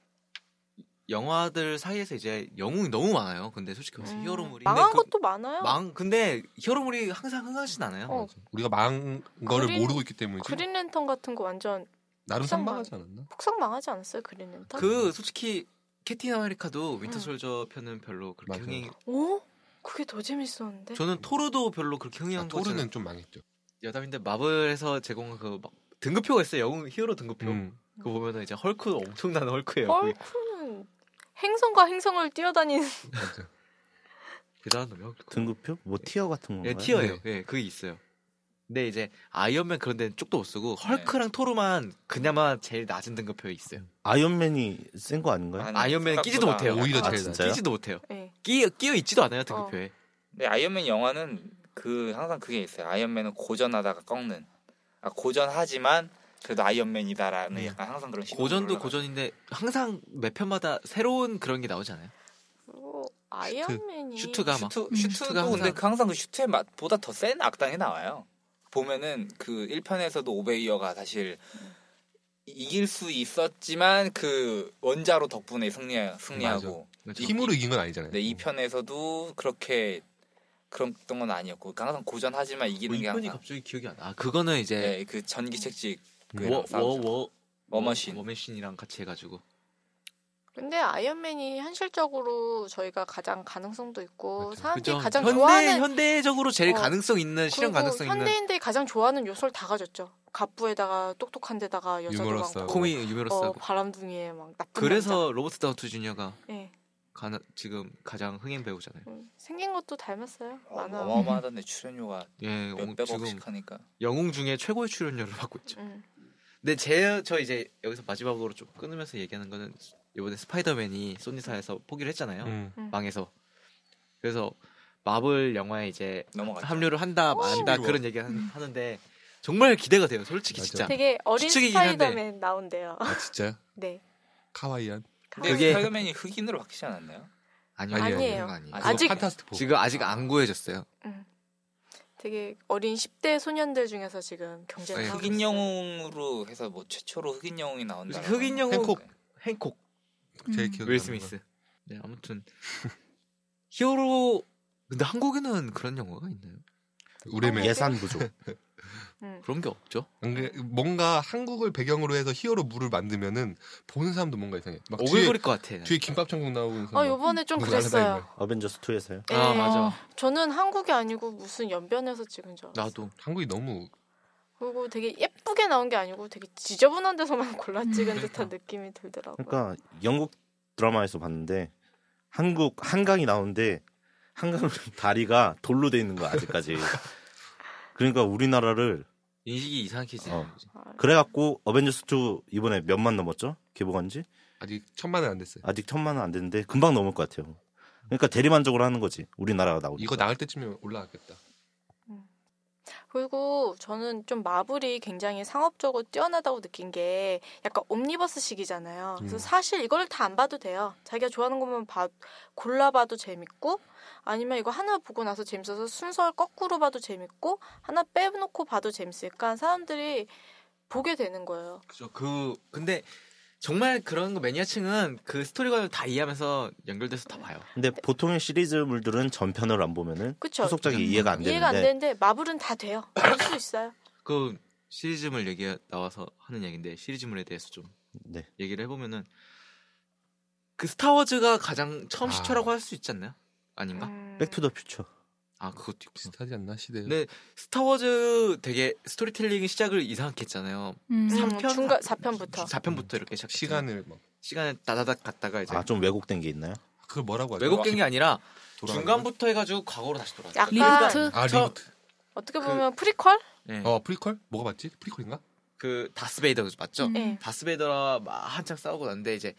Speaker 1: 영화들 사이에서 이제 영웅이 너무 많아요. 근데 솔직히 말해서
Speaker 4: 음,
Speaker 1: 히어로물이
Speaker 4: 망한
Speaker 1: 근데 그-
Speaker 4: 것도 많아요.
Speaker 1: 망 근데 히어로물이 항상 흥하진 않아요.
Speaker 4: 어,
Speaker 3: 그렇죠. 우리가 망한 거를
Speaker 4: 그린-
Speaker 3: 모르고 있기 때문이지.
Speaker 4: 그린랜턴 같은 거 완전
Speaker 3: 나름
Speaker 4: 이상한-
Speaker 3: 선망하지 않았나?
Speaker 4: 폭삭 망하지 않았어요? 그린랜턴?
Speaker 1: 그 솔직히 캡틴 아메리카도 윈터
Speaker 4: 음.
Speaker 1: 솔저 편은 별로 그렇게
Speaker 3: 맞아요.
Speaker 1: 흥행
Speaker 4: 오? 그게 더 재밌었는데.
Speaker 1: 저는 토르도 별로 그렇게 흥행한
Speaker 3: 아,
Speaker 1: 거는
Speaker 3: 토르는 좀 망했죠.
Speaker 1: 여담인데 마블에서 제공한 그막 등급표가 있어요. 영웅 히어로 등급표.
Speaker 3: 음.
Speaker 1: 그거 보면은 이제 헐크 엄청난 헐크예요.
Speaker 4: 헐크는 행성과 행성을 뛰어다니는
Speaker 1: 대단한 놈이요.
Speaker 2: 등급표? 뭐 티어 같은 건가요?
Speaker 1: 예, 티어예요.
Speaker 3: 네.
Speaker 1: 예, 그게 있어요. 근데 이제 아이언맨 그런 데는 쪽도 못 쓰고
Speaker 6: 네.
Speaker 1: 헐크랑 토르만 그나마 제일 낮은 등급표에 있어요.
Speaker 2: 아이언맨이 센 거 아닌가요?
Speaker 6: 아니,
Speaker 1: 아이언맨 끼지도
Speaker 6: 음. 생각보다.
Speaker 1: 못해요.
Speaker 3: 오히려
Speaker 1: 아,
Speaker 3: 제일
Speaker 2: 낮아요?
Speaker 1: 끼지도 못해요.
Speaker 4: 예.
Speaker 1: 끼어 끼어 있지도 않아요 등급표에.
Speaker 6: 근데 아이언맨 영화는 그 항상 그게 있어요. 아이언맨은 고전하다가 꺾는. 아, 고전하지만 그래도 아이언맨이다라는 약간 항상 그런 시선으로
Speaker 1: 음. 고전도
Speaker 6: 올라가요.
Speaker 1: 고전인데 항상 매 편마다 새로운 그런 게 나오잖아요.
Speaker 4: 그리고 뭐, 아이언맨이
Speaker 1: 슈트가 막
Speaker 6: 슈트
Speaker 5: 음.
Speaker 6: 슈트도
Speaker 1: 슈트가
Speaker 6: 근데
Speaker 1: 항상-
Speaker 6: 그 항상 그 슈트의 맛보다 더 센 악당이 나와요. 보면은 그 1편에서도 오베이어가 사실 이길 수 있었지만 그 원자로 덕분에 승리 승리하고
Speaker 3: 힘으로 이긴 건 아니잖아요.
Speaker 6: 근데 네, 2편에서도 그렇게 그랬던 건 아니었고 그러니까 항상 고전하지만 이기는 게
Speaker 1: 뭐 이분이
Speaker 6: 항상
Speaker 1: 갑자기 기억이 안 나. 아, 그거는 이제
Speaker 6: 네, 그 전기 책찍 그
Speaker 1: 음. 워 워
Speaker 6: 싸우죠.
Speaker 1: 워
Speaker 6: 워머신.
Speaker 1: 워머신이랑 같이 해가지고
Speaker 4: 근데 아이언맨이 현실적으로 저희가 가장 가능성도 있고
Speaker 3: 그렇죠.
Speaker 4: 사람들이
Speaker 1: 그죠?
Speaker 4: 가장
Speaker 1: 현대
Speaker 4: 좋아하는
Speaker 1: 현대적으로 제일
Speaker 4: 어,
Speaker 1: 가능성 있는 실현
Speaker 4: 그리고
Speaker 1: 가능성 있는
Speaker 4: 현대인들이 가장 좋아하는 요소를 다 가졌죠. 갑부에다가 똑똑한 데다가 여자도
Speaker 3: 유머러스하고.
Speaker 4: 많고
Speaker 1: 코미 유메로스
Speaker 4: 어,
Speaker 1: 하고
Speaker 4: 바람둥이에 막 나쁜 남자.
Speaker 1: 그래서 로버트 다우트 주니어가
Speaker 4: 예.
Speaker 1: 가나, 지금 가장 흥행 배우잖아요.
Speaker 4: 음, 생긴 것도 닮았어요. 많아.
Speaker 6: 어마어마하던데 출연료가
Speaker 1: 예, 어, 지금
Speaker 6: 몇백억씩 하니까
Speaker 1: 영웅 중에 최고의 출연료를 받고 있죠.
Speaker 4: 음.
Speaker 1: 근데 제 저 이제 여기서 마지막으로 좀 끊으면서 얘기하는 거는 이번에 스파이더맨이 소니사에서 포기를 했잖아요.
Speaker 3: 음.
Speaker 1: 망해서 그래서 마블 영화에 이제
Speaker 6: 넘어가죠.
Speaker 1: 합류를 한다 만다
Speaker 6: 음.
Speaker 3: 오.
Speaker 1: 그런 얘기 하는데 정말 기대가 돼요. 솔직히
Speaker 3: 맞아.
Speaker 1: 진짜
Speaker 4: 되게 어린
Speaker 1: 추측이긴 한데.
Speaker 4: 스파이더맨 나온대요.
Speaker 3: 아 진짜요?
Speaker 4: 네.
Speaker 3: 카와이안.
Speaker 6: 근데
Speaker 1: 그게-
Speaker 6: 스파이더맨이 흑인으로 바뀌지 않았나요?
Speaker 1: 아니요
Speaker 4: 아니에요.
Speaker 1: 아니에요. 아니에요.
Speaker 6: 아직-
Speaker 4: 아직
Speaker 3: 판타스틱 포.
Speaker 1: 지금 아직 안 구해졌어요.
Speaker 4: 되게 어린 10대 소년들 중에서 지금 경쟁을
Speaker 1: 네.
Speaker 4: 하고
Speaker 6: 흑인
Speaker 4: 있어요.
Speaker 6: 영웅으로 해서 뭐 최초로 흑인 영웅이 나온다.
Speaker 1: 흑인 영웅-
Speaker 6: 행콕.
Speaker 1: 행콕
Speaker 3: 제
Speaker 5: 음.
Speaker 3: 기억에 남는
Speaker 1: 윌
Speaker 3: 건.
Speaker 1: 스미스. 네 아무튼 히어로 근데 한국에는 그런 영화가 있나요?
Speaker 3: 우레메.
Speaker 2: 예산 부족.
Speaker 4: 음.
Speaker 1: 그런 게 없죠.
Speaker 3: 안 그래- 뭔가 한국을 배경으로 해서 히어로 물을 만들면은 보는 사람도 뭔가 이상해. 막
Speaker 1: 어,
Speaker 3: 뒤에,
Speaker 1: 오글거릴 것 같아.
Speaker 3: 뒤에 김밥 천국 뭐 나오는
Speaker 4: 아,
Speaker 3: 사람.
Speaker 4: 요번에 좀
Speaker 3: 누구 날라다니는
Speaker 4: 그랬어요.
Speaker 3: 거야.
Speaker 2: 어벤져스 2에서요.
Speaker 4: 예.
Speaker 1: 아 맞아.
Speaker 4: 저는 한국이 아니고 무슨 연변에서 찍은 줄 알았어요.
Speaker 1: 나도
Speaker 3: 한국이 너무
Speaker 4: 그리고 되게 예쁘게 나온 게 아니고 되게 지저분한 데서만 골라 찍은 듯한 느낌이 들더라고요.
Speaker 2: 그러니까 영국 드라마에서 봤는데 한국 한강이 나오는데 한강 다리가 돌로 돼 있는 거야 아직까지. 그러니까 우리나라를
Speaker 1: 인식이 이상하게 지
Speaker 2: 어.
Speaker 4: 아,
Speaker 2: 그래갖고 어벤져스 2 이번에 몇만 넘었죠? 개봉한지
Speaker 3: 아직 천만은 안 됐어요.
Speaker 2: 아직 천만은 안 됐는데 금방 넘을 것 같아요. 그러니까 대리만족을 하는 거지 우리나라가 나오니까.
Speaker 3: 이거 나갈 때쯤에 올라갔겠다.
Speaker 4: 그리고 저는 좀 마블이 굉장히 상업적으로 뛰어나다고 느낀 게 약간 옴니버스식이잖아요. 그래서
Speaker 3: 음.
Speaker 4: 사실 이걸 다 안 봐도 돼요. 자기가 좋아하는 것만 봐, 골라봐도 재밌고 아니면 이거 하나 보고 나서 재밌어서 순서를 거꾸로 봐도 재밌고 하나 빼놓고 봐도 재밌으니까 사람들이 보게 되는 거예요.
Speaker 1: 그죠. 그 근데 정말 그런 거 매니아층은 그 스토리관을 다 이해하면서 연결돼서 다 봐요.
Speaker 2: 근데 보통의 시리즈물들은 전편을 안 보면은
Speaker 4: 그쵸?
Speaker 2: 후속작이 이해가 안
Speaker 4: 이해가 안
Speaker 2: 되는데
Speaker 4: 되는데 마블은 다 돼요. 할 수 있어요.
Speaker 1: 그 시리즈물 얘기 나와서 하는 얘기인데 시리즈물에 대해서 좀
Speaker 2: 네.
Speaker 1: 얘기를 해보면은 그 스타워즈가 가장 처음
Speaker 3: 아.
Speaker 1: 시초라고 할 수 있지 않나요? 아닌가?
Speaker 4: 음.
Speaker 2: 백투더퓨처
Speaker 1: 아 그것도 있구나.
Speaker 3: 비슷하지 않나 시대.
Speaker 1: 네. 스타워즈 되게 스토리텔링 시작을 이상하게 했잖아요.
Speaker 5: 음.
Speaker 4: 음,
Speaker 1: 삼 편?
Speaker 4: 중간 4편부터
Speaker 1: 4편부터 이렇게 시작
Speaker 3: 시간을 막
Speaker 1: 시간을 다다닥 갔다가 이제
Speaker 3: 아,
Speaker 2: 아 좀 왜곡된 게 있나요?
Speaker 3: 그걸 뭐라고 하죠?
Speaker 1: 왜곡된 게 아니라
Speaker 3: 돌아가는 거?
Speaker 1: 중간부터 해가지고 과거로 다시 돌아.
Speaker 4: 약간
Speaker 5: 리부트
Speaker 3: 아
Speaker 1: 저-
Speaker 3: 리부트.
Speaker 4: 어떻게
Speaker 2: 그
Speaker 4: 보면 프리퀄?
Speaker 1: 네.
Speaker 3: 어 프리퀄? 뭐가 맞지? 프리퀄인가?
Speaker 1: 그 다스베이더 맞죠?
Speaker 5: 음.
Speaker 4: 네.
Speaker 1: 다스베이더랑 막 한창 싸우고 났는데 이제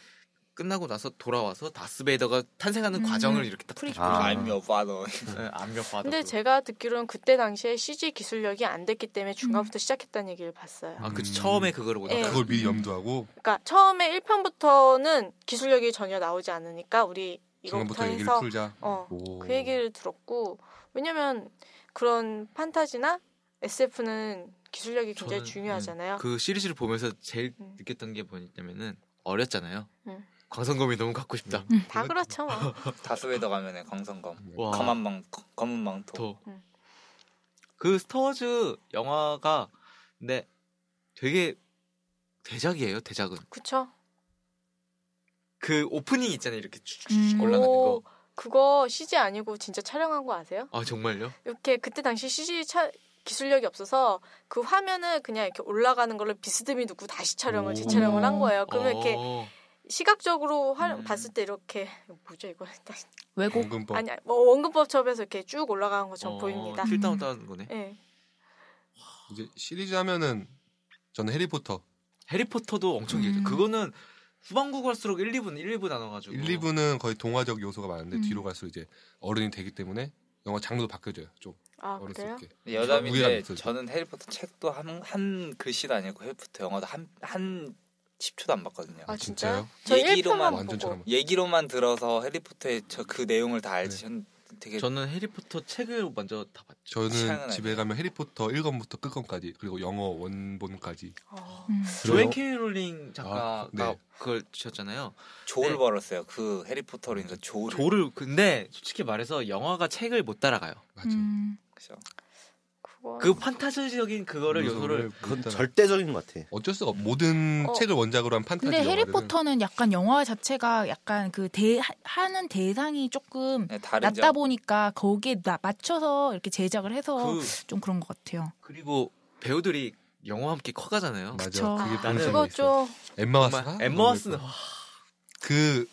Speaker 1: 끝나고 나서 돌아와서 다스베이더가 탄생하는
Speaker 5: 음.
Speaker 1: 과정을 이렇게 딱
Speaker 5: 프리퀄.
Speaker 2: 아.
Speaker 6: I'm your father.
Speaker 1: 네, 압력 받아.
Speaker 4: 근데 제가 듣기로는 그때 당시에 CG 기술력이 안 됐기
Speaker 1: 음.
Speaker 4: 때문에 중간부터 시작했다는 얘기를 봤어요.
Speaker 1: 아, 그
Speaker 3: 음.
Speaker 1: 처음에 그거를 보니까
Speaker 4: 예.
Speaker 3: 그걸 미리 염두하고
Speaker 4: 그러니까 처음에 1편부터는 기술력이 전혀 나오지 않으니까 우리 이거부터
Speaker 3: 중간부터 얘기를
Speaker 4: 해서
Speaker 3: 풀자.
Speaker 4: 어,
Speaker 3: 오.
Speaker 4: 그 얘기를 들었고 왜냐면 그런 판타지나 SF는 기술력이 굉장히
Speaker 1: 저는,
Speaker 4: 중요하잖아요.
Speaker 1: 그 시리즈를 보면서 제일
Speaker 4: 음.
Speaker 1: 느꼈던 게 뭐냐면은 어렸잖아요.
Speaker 4: 음.
Speaker 1: 광선검이 너무 갖고 싶다.
Speaker 4: 다 그렇죠. 뭐.
Speaker 6: 다스베이더 가면에 광선검.
Speaker 3: 음, 뭐
Speaker 1: 와.
Speaker 6: 검은 망 검은 망토.
Speaker 1: 음. 아. 더.
Speaker 4: 음.
Speaker 1: 그 스타워즈 영화가 근데 되게 대작이에요. 대작은
Speaker 4: 그쵸?
Speaker 1: 그 오프닝 있잖아요. 이렇게 쭉쭉
Speaker 5: 음.
Speaker 1: 올라가는 거.
Speaker 4: 오, 그거 CG 아니고 진짜 촬영한 거 아세요?
Speaker 1: 아 정말요?
Speaker 4: 이렇게 그때 당시 CG 차, 기술력이 없어서 그 화면을 그냥 이렇게 올라가는 걸로 비스듬히 두고 다시 촬영을
Speaker 3: 오.
Speaker 4: 재촬영을 한 거예요. 그러면 이렇게
Speaker 1: 어.
Speaker 4: 시각적으로 화-
Speaker 1: 음.
Speaker 4: 봤을 때 이렇게 뭐죠 이거
Speaker 5: 왜곡
Speaker 3: 공금법.
Speaker 4: 아니 뭐 원근법첩에서 이렇게 쭉 올라가는 것처럼
Speaker 1: 어,
Speaker 4: 보입니다.
Speaker 1: 필다운 따는 거네.
Speaker 4: 예.
Speaker 3: 이제 시리즈 하면은 저는 해리포터
Speaker 1: 해리포터도 엄청 길죠.
Speaker 5: 음.
Speaker 1: 그거는 후반부 갈수록 1, 2분, 1, 2분 나눠가지고
Speaker 3: 1, 2부는 거의 동화적 요소가 많은데
Speaker 5: 음.
Speaker 3: 뒤로 갈수록 이제 어른이 되기 때문에 영화 장르도 바뀌어져요. 좀
Speaker 4: 아 그래요?
Speaker 3: 어른스럽게. 우리가
Speaker 6: 여담인데
Speaker 3: 있었죠.
Speaker 6: 저는 해리포터 책도 한, 한 글씨도 아니고 해리포터 영화도 한, 한 10초도 안 봤거든요.
Speaker 4: 아
Speaker 3: 진짜요?
Speaker 4: 진짜요? 저 1편만
Speaker 6: 얘기로만
Speaker 3: 완전
Speaker 4: 보고
Speaker 1: 음.
Speaker 3: 처럼.
Speaker 6: 얘기로만 들어서 해리포터의 저 그 내용을
Speaker 1: 네.
Speaker 6: 다 알지. 전 되게
Speaker 1: 저는 해리포터 책을 먼저 다 봤죠.
Speaker 3: 저는
Speaker 6: 시간은
Speaker 3: 집에 가면 해리포터 1권부터 끝권까지 그리고 영어 원본까지
Speaker 4: 어,
Speaker 5: 음.
Speaker 1: 조앤 케이 롤링 작가가
Speaker 3: 아, 네.
Speaker 1: 그걸 지었잖아요.
Speaker 6: 조를
Speaker 1: 네.
Speaker 6: 벌었어요. 그 해리포터로 인해서 조를.
Speaker 1: 조를 근데 솔직히 말해서 영화가 책을 못 따라가요.
Speaker 3: 맞아.
Speaker 5: 음.
Speaker 6: 그죠.
Speaker 4: 그거
Speaker 1: 그 판타지적인 그거를 요소를
Speaker 2: 그건
Speaker 3: 일단은
Speaker 2: 절대적인 것 같아.
Speaker 3: 어쩔 수가 없. 모든
Speaker 4: 어.
Speaker 3: 책을 원작으로 한 판타지
Speaker 5: 근데
Speaker 3: 영화들은
Speaker 5: 해리포터는 약간 영화 자체가 약간 그 대 하는 대상이 조금
Speaker 6: 네, 다른
Speaker 5: 낮다
Speaker 6: 점.
Speaker 5: 보니까 거기에 나- 맞춰서 이렇게 제작을
Speaker 4: 어.
Speaker 5: 해서
Speaker 1: 그
Speaker 5: 좀 그런 것 같아요.
Speaker 1: 그리고 배우들이 영화와 함께 커가잖아요.
Speaker 3: 맞아.
Speaker 5: 그쵸.
Speaker 3: 그게
Speaker 5: 아,
Speaker 3: 보는
Speaker 4: 그거
Speaker 3: 재미가 있어요.
Speaker 4: 좀
Speaker 3: 엠마 왓슨.
Speaker 1: 정말 엠마 왓슨 와,
Speaker 3: 그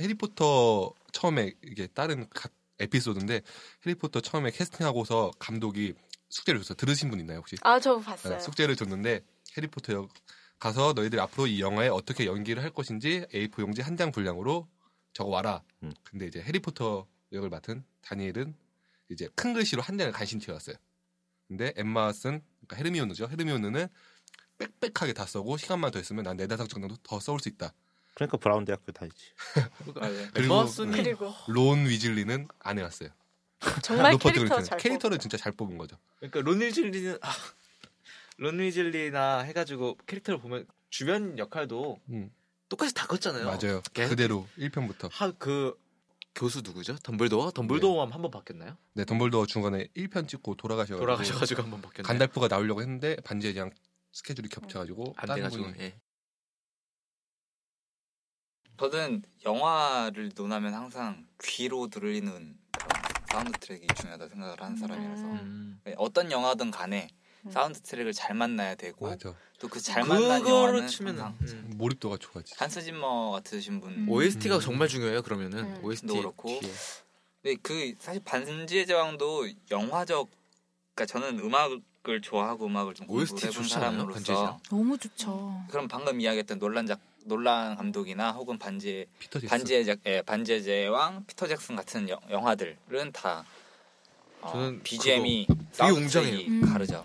Speaker 3: 해리포터 처음에 이게 다른 각 에피소드인데 해리포터 처음에 캐스팅하고서 감독이 숙제를 줬어요. 들으신 분 있나요 혹시?
Speaker 4: 아 저
Speaker 3: 아,
Speaker 4: 봤어요.
Speaker 3: 숙제를 줬는데 해리포터 역 가서 너희들 앞으로 이 영화에 어떻게 연기를 할 것인지 A4 용지 한 장 분량으로 적어 와라.
Speaker 2: 음.
Speaker 3: 근데 이제 해리포터 역을 맡은 다니엘은 이제 큰 글씨로 한 장을 간신히 채웠어요. 근데 엠마 쓴 그러니까 헤르미온느죠. 헤르미온느는 빽빽하게 다 써고 시간만 더 있으면 난 네다섯 정도 더 써올 수 있다.
Speaker 2: 그러니까 브라운 대학교 다니지.
Speaker 6: 맞아요.
Speaker 3: 그리고-
Speaker 1: 엠마 왓슨이
Speaker 4: 그리고
Speaker 3: 론 위즐리는 안 해놨어요.
Speaker 4: 정말
Speaker 3: 로퍼트
Speaker 4: 캐릭터
Speaker 3: 윌슨.
Speaker 4: 잘
Speaker 3: 아, 캐릭터를 진짜 잘 뽑은 거죠.
Speaker 1: 그러니까 론 위즐리는 아, 론 위즐리나 해가지고 캐릭터를 보면 주변 역할도
Speaker 3: 음,
Speaker 1: 똑같이 다 컸잖아요.
Speaker 3: 맞아요.
Speaker 1: 계속-
Speaker 3: 그대로 1편부터.
Speaker 1: 하, 그 교수 누구죠? 덤블도어? 덤블도어만 한 번 바뀌었나요?
Speaker 3: 네, 덤블도어 중간에 1편 찍고 돌아가셔가지고
Speaker 1: 돌아가셔가지고 한 번 바뀌었나요?
Speaker 3: 간달프가 나오려고 했는데 반지에 그냥 스케줄이 겹쳐가지고
Speaker 1: 안
Speaker 3: 다른
Speaker 1: 돼가지고
Speaker 3: 분이-
Speaker 1: 예.
Speaker 6: 저는 영화를 논하면 항상 귀로 들리는 사운드 트랙이 중요하다 생각을 하는 사람이라서
Speaker 4: 음.
Speaker 1: 음.
Speaker 6: 네, 어떤 영화든 간에
Speaker 4: 음.
Speaker 6: 사운드 트랙을 잘 만나야 되고
Speaker 3: 맞아
Speaker 6: 또 그 잘 만난
Speaker 1: 그거로
Speaker 6: 영화는
Speaker 1: 치면
Speaker 6: 항상
Speaker 1: 음.
Speaker 3: 몰입도가 좋아지
Speaker 6: 한스 짐머 같으신 분
Speaker 5: 음.
Speaker 1: OST가
Speaker 3: 음.
Speaker 1: 정말 중요해요. 그러면은
Speaker 4: 음.
Speaker 1: OST
Speaker 6: 도 그렇고. 근데 그 사실 반지의 제왕도 영화적 그러니까 저는 음악을 좋아하고 음악을 좀
Speaker 1: OST
Speaker 6: 공부해 본
Speaker 1: 좋지 않아요? 반지의 제왕?
Speaker 6: 사람으로서
Speaker 5: 너무 좋죠.
Speaker 6: 그럼 방금 이야기했던 놀란 작 놀란 감독이나 혹은 반지의
Speaker 3: 피터 잭슨
Speaker 6: 반지의 제 예, 반지의 제왕 피터 잭슨 같은 여- 영화들은 다 어,
Speaker 1: 저는
Speaker 6: BGM이
Speaker 1: 웅장해요.
Speaker 6: 사운드트랙이
Speaker 5: 음.
Speaker 6: 다르죠.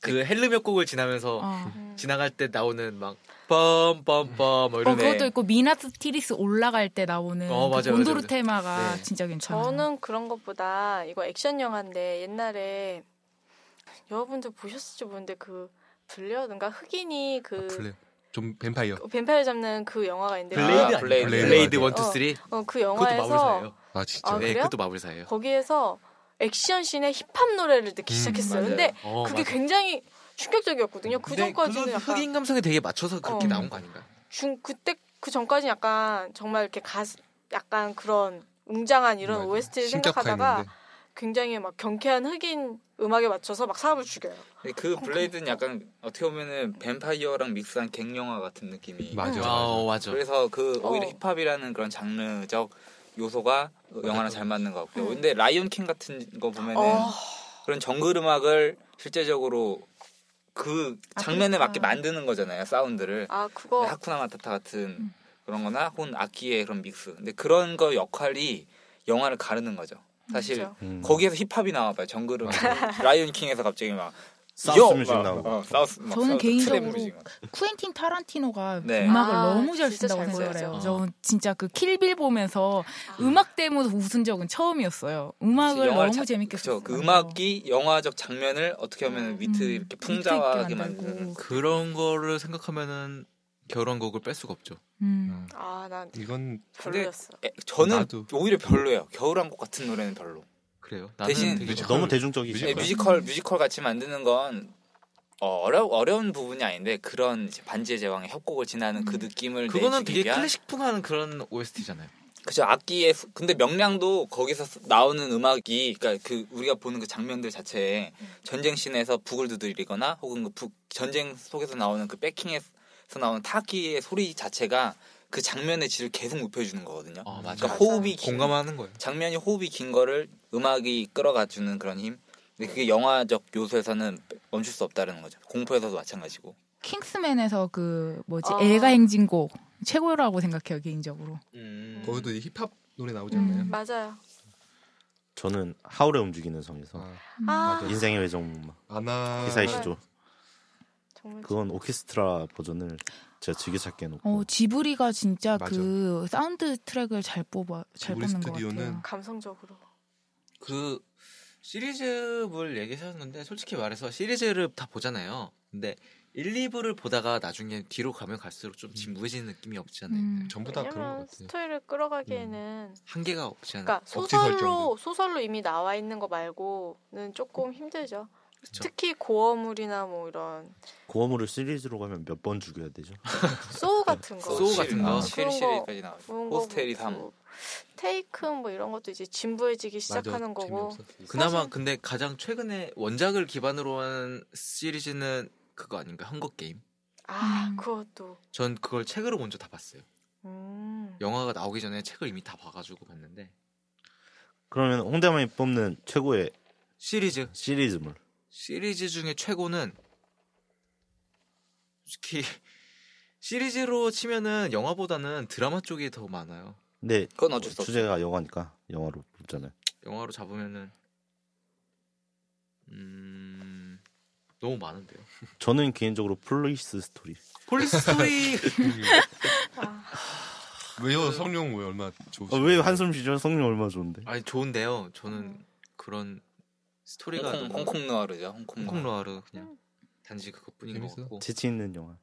Speaker 1: 그 헬름역 곡을 지나면서
Speaker 5: 어.
Speaker 4: 음.
Speaker 1: 지나갈 때 나오는 막 뻔뻔뻔 뭐
Speaker 5: 어,
Speaker 1: 이런
Speaker 5: 그것도 있고 미나스 티리스 올라갈 때 나오는
Speaker 1: 어,
Speaker 5: 그
Speaker 1: 맞아요,
Speaker 5: 곤도르
Speaker 1: 맞아요.
Speaker 5: 테마가
Speaker 1: 네.
Speaker 5: 진짜 괜찮아요.
Speaker 4: 저는 그런 것보다 이거 액션 영화인데 옛날에 여러분들 보셨을지 모르는데 그 블레어든가 흑인이 그
Speaker 3: 아, 플레어 좀 뱀파이어
Speaker 4: 그 뱀파이어 잡는 그 영화가 있는데
Speaker 1: 블레이드
Speaker 6: 아,
Speaker 1: 아니에요?
Speaker 6: 블레이드.
Speaker 1: 블레이드
Speaker 3: 맞아요.
Speaker 1: 1 2 3
Speaker 4: 어, 그
Speaker 1: 그것도
Speaker 4: 영화에서
Speaker 1: 마블사예요.
Speaker 3: 아 진짜
Speaker 4: 아,
Speaker 1: 네,
Speaker 4: 그래요?
Speaker 1: 그것도 마블사예요.
Speaker 4: 거기에서 액션 씬에 힙합 노래를 듣기
Speaker 3: 음,
Speaker 4: 시작했어요.
Speaker 6: 맞아요.
Speaker 4: 근데
Speaker 1: 어,
Speaker 4: 그게
Speaker 1: 맞아.
Speaker 4: 굉장히 충격적이었거든요.
Speaker 3: 음.
Speaker 4: 그
Speaker 1: 근데
Speaker 4: 전까지는
Speaker 1: 그건
Speaker 4: 약간
Speaker 1: 흑인 감성에 되게 맞춰서 그렇게
Speaker 4: 어.
Speaker 1: 나온 거 아닌가?
Speaker 4: 중 그때 그 전까지 약간 정말 이렇게 가스 약간 그런 웅장한 이런
Speaker 3: 맞아.
Speaker 4: OST를
Speaker 3: 신격화
Speaker 4: 생각하다가
Speaker 3: 있는데.
Speaker 4: 굉장히 막 경쾌한 흑인 음악에 맞춰서 막 사람을 죽여요.
Speaker 6: 근데 그 블레이드는 약간 어떻게 보면은 뱀파이어랑 믹스한 갱 영화 같은 느낌이.
Speaker 3: 맞아.
Speaker 1: 아, 어, 맞아.
Speaker 6: 그래서 그 오히려
Speaker 4: 어.
Speaker 6: 힙합이라는 그런 장르적 요소가 영화랑 잘 맞는 것 같고요.
Speaker 4: 음.
Speaker 6: 근데 라이언 킹 같은 거
Speaker 3: 네.
Speaker 6: 보면은
Speaker 4: 어,
Speaker 6: 그런 정글 음악을 실제적으로 그 장면에 맞게 만드는 거잖아요. 사운드를.
Speaker 4: 아
Speaker 5: 뭐
Speaker 4: 그거
Speaker 6: 하쿠나 마타타 같은
Speaker 5: 음.
Speaker 6: 그런 거나 혹은 악기의 그런 믹스. 근데 그런 거 역할이 영화를 가르는 거죠. 사실
Speaker 4: 그렇죠.
Speaker 2: 음.
Speaker 6: 거기에서 힙합이 나와봐요. 정글은
Speaker 5: 음.
Speaker 6: 라이온 킹에서 갑자기 막
Speaker 2: 사우스
Speaker 6: 요!
Speaker 2: 뮤직
Speaker 6: 막,
Speaker 2: 나오고.
Speaker 6: 어, 사우스 막
Speaker 5: 저는
Speaker 6: 사우스
Speaker 5: 개인적으로
Speaker 6: 트랩 뮤직 막.
Speaker 5: 쿠엔틴 타란티노가
Speaker 6: 네.
Speaker 5: 음악을
Speaker 4: 아,
Speaker 5: 너무 잘
Speaker 4: 진짜
Speaker 5: 쓴다고
Speaker 4: 잘
Speaker 5: 생각을
Speaker 4: 써요.
Speaker 5: 해요. 저 진짜 그 킬빌 보면서 음악 때문에 웃은 적은 처음이었어요. 음악을
Speaker 6: 영화를
Speaker 5: 너무
Speaker 6: 자-
Speaker 5: 재밌게
Speaker 6: 그쵸. 그
Speaker 5: 썼어요.
Speaker 6: 음악이 영화적 장면을 어떻게 보면 위트
Speaker 5: 음.
Speaker 6: 이렇게 풍자하게
Speaker 5: 위트 있게
Speaker 6: 만드는
Speaker 5: 만들고.
Speaker 1: 그런 거를 생각하면은 결혼곡을 뺄 수가 없죠.
Speaker 5: 음.
Speaker 4: 아난
Speaker 3: 이건
Speaker 4: 별로였어.
Speaker 6: 에, 저는
Speaker 3: 나도.
Speaker 6: 오히려 별로예요. 겨울왕국 같은 노래는 별로.
Speaker 1: 그래요. 나는
Speaker 6: 대신
Speaker 1: 되게
Speaker 3: 뮤지컬.
Speaker 2: 너무 대중적이지.
Speaker 6: 예, 뮤지컬 뮤지컬 같이 만드는 건 어, 려 어려운 부분이 아닌데 그런 이제 반지의 제왕의 협곡을 지나는
Speaker 5: 음.
Speaker 6: 그 느낌을
Speaker 1: 그거는
Speaker 6: 내주기
Speaker 1: 되게
Speaker 6: 위한
Speaker 1: 클래식풍하는 그런 OST잖아요.
Speaker 6: 그죠 악기에 수- 근데 명량도 거기서 쓰- 나오는 음악이 그러니까 그 우리가 보는 그 장면들 자체에 전쟁 씬에서 북을 두드리거나 혹은 그 북, 전쟁 속에서 나오는 그 백킹에서 나오는 타악기의 소리 자체가 그 장면의 질을 계속 높여주는 거거든요.
Speaker 1: 아
Speaker 6: 그러니까
Speaker 1: 맞아.
Speaker 4: 맞아요.
Speaker 6: 호흡이 긴-
Speaker 1: 공감하는 거예요.
Speaker 6: 장면이 호흡이 긴 거를 음악이 끌어가 주는 그런 힘. 근데 그게 영화적 요소에서는 멈출 수 없다는 거죠. 공포에서도 마찬가지고.
Speaker 5: 킹스맨에서 그 뭐지
Speaker 4: 아.
Speaker 5: 애가 행진곡 최고라고 생각해요 개인적으로.
Speaker 1: 음.
Speaker 3: 거기도 이 힙합 노래 나오지
Speaker 5: 음.
Speaker 3: 않나요?
Speaker 4: 맞아요.
Speaker 2: 저는 하울의 움직이는 성에서
Speaker 3: 아,
Speaker 5: 음.
Speaker 4: 아
Speaker 3: 맞아요.
Speaker 2: 인생의 외정문마
Speaker 3: 아나
Speaker 2: 기사의 시조.
Speaker 4: 정말
Speaker 2: 그건 오케스트라 버전을 제가 즐겨 찾게
Speaker 5: 어
Speaker 2: 해놓고.
Speaker 5: 지브리가 진짜
Speaker 3: 맞아.
Speaker 5: 그 사운드 트랙을 잘 뽑아 잘
Speaker 3: 지브리
Speaker 5: 뽑는 것
Speaker 3: 스튜디오는
Speaker 5: 같아요.
Speaker 4: 감성적으로.
Speaker 1: 그 시리즈물 얘기하셨는데 솔직히 말해서 시리즈를 다 보잖아요. 근데 1, 2부를 보다가 나중에 뒤로 가면 갈수록 좀 진부해지는 느낌이 없지 않아요.
Speaker 5: 음.
Speaker 3: 전부 다 그런
Speaker 4: 왜냐면
Speaker 3: 것 같아요.
Speaker 4: 스토리를 끌어가기에는
Speaker 1: 한계가 없지 않아요.
Speaker 4: 그러니까
Speaker 3: 억지 설정들.
Speaker 4: 소설로 소설로 이미 나와 있는 거 말고는 조금 힘들죠.
Speaker 1: 그쵸.
Speaker 4: 특히 고어물이나 뭐 이런
Speaker 2: 고어물을 시리즈로 가면 몇 번 죽여야 되죠?
Speaker 4: 소우 같은 거,
Speaker 1: 네. 소우 같은 거.
Speaker 6: 실
Speaker 4: 그런 거.
Speaker 6: 시리까지 나오죠.
Speaker 4: 그런
Speaker 6: 호스텔이
Speaker 4: 거고, 뭐
Speaker 6: 3.
Speaker 4: 테이크 뭐 이런 것도 이제 진부해지기
Speaker 3: 맞아,
Speaker 4: 시작하는 거고.
Speaker 3: 재미없어.
Speaker 1: 그나마
Speaker 4: 사실-
Speaker 1: 근데 가장 최근에 원작을 기반으로 한 시리즈는 그거 아닌가? 헝거 게임.
Speaker 4: 아
Speaker 5: 음.
Speaker 4: 그것도.
Speaker 1: 전 그걸 책으로 먼저 다 봤어요.
Speaker 4: 음.
Speaker 1: 영화가 나오기 전에 책을 이미 다 봐가지고 봤는데
Speaker 2: 그러면 홍대만이 뽑는 최고의
Speaker 1: 시리즈
Speaker 2: 시리즈물.
Speaker 1: 시리즈 중에 최고는 솔직히 시리즈로 치면은 영화보다는 드라마 쪽이 더 많아요.
Speaker 2: 근데
Speaker 6: 그건 어쩔 수 없죠.
Speaker 2: 주제가 영화니까 영화로 뽑잖아요.
Speaker 1: 영화로 잡으면은 음 너무 많은데요.
Speaker 2: 저는 개인적으로 폴리스 스토리.
Speaker 1: 폴리스 스토리
Speaker 4: 아.
Speaker 3: 왜요? 성룡 왜 얼마 좋으시?
Speaker 2: 어, 왜 한숨 쉬죠? 성룡 얼마 나 좋은데.
Speaker 1: 아니 좋은데요.
Speaker 5: 음.
Speaker 1: 저는 그런 스토리가
Speaker 6: 홍콩,
Speaker 1: 너무-
Speaker 6: 홍콩 노아르죠. 홍콩,
Speaker 1: 홍콩
Speaker 6: 노아.
Speaker 1: 로아르
Speaker 5: 음.
Speaker 1: 그냥 단지 그것뿐인
Speaker 3: 재밌어.
Speaker 1: 것 같고
Speaker 2: 재치 있는 영화.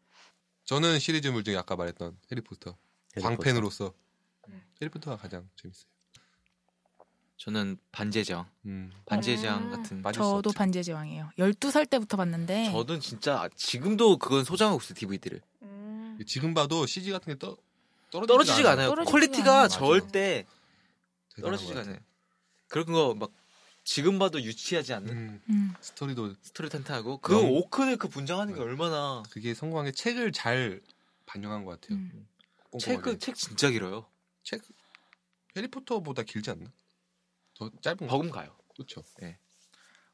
Speaker 3: 저는 시리즈물 중에 아까 말했던 해리포터. 광팬으로서
Speaker 1: 네.
Speaker 3: 해리포터가 가장 재밌어요.
Speaker 1: 저는 반지의 제왕
Speaker 3: 음.
Speaker 1: 반지의 제왕
Speaker 4: 음.
Speaker 1: 같은
Speaker 3: 빠질 수
Speaker 5: 저도
Speaker 3: 없죠.
Speaker 5: 반지의 제왕이에요. 12살 때부터 봤는데
Speaker 1: 저도 진짜 지금도 그건 소장하고 있어요 DVD를
Speaker 4: 음.
Speaker 3: 지금 봐도 CG 같은 게 떠, 떨어지지가,
Speaker 1: 떨어지지가 않아요
Speaker 5: 떨어지지가
Speaker 1: 퀄리티가
Speaker 5: 않아요.
Speaker 1: 절대
Speaker 3: 대단한
Speaker 1: 떨어지지가
Speaker 3: 것 같아요.
Speaker 1: 않아요 그런 거 막 지금 봐도 유치하지 않는
Speaker 3: 음,
Speaker 5: 음.
Speaker 3: 스토리도
Speaker 1: 스토리 탄탄하고 그
Speaker 3: 너무-
Speaker 1: 오크를 그 분장하는 게 얼마나
Speaker 3: 그게 성공한 게 책을 잘 반영한 것 같아요.
Speaker 5: 음.
Speaker 1: 책은
Speaker 3: 꼼꼼하게.
Speaker 1: 책 진짜 길어요
Speaker 3: 책 해리포터보다 길지 않나? 더 짧은 거
Speaker 1: 버금가요
Speaker 3: 그렇죠.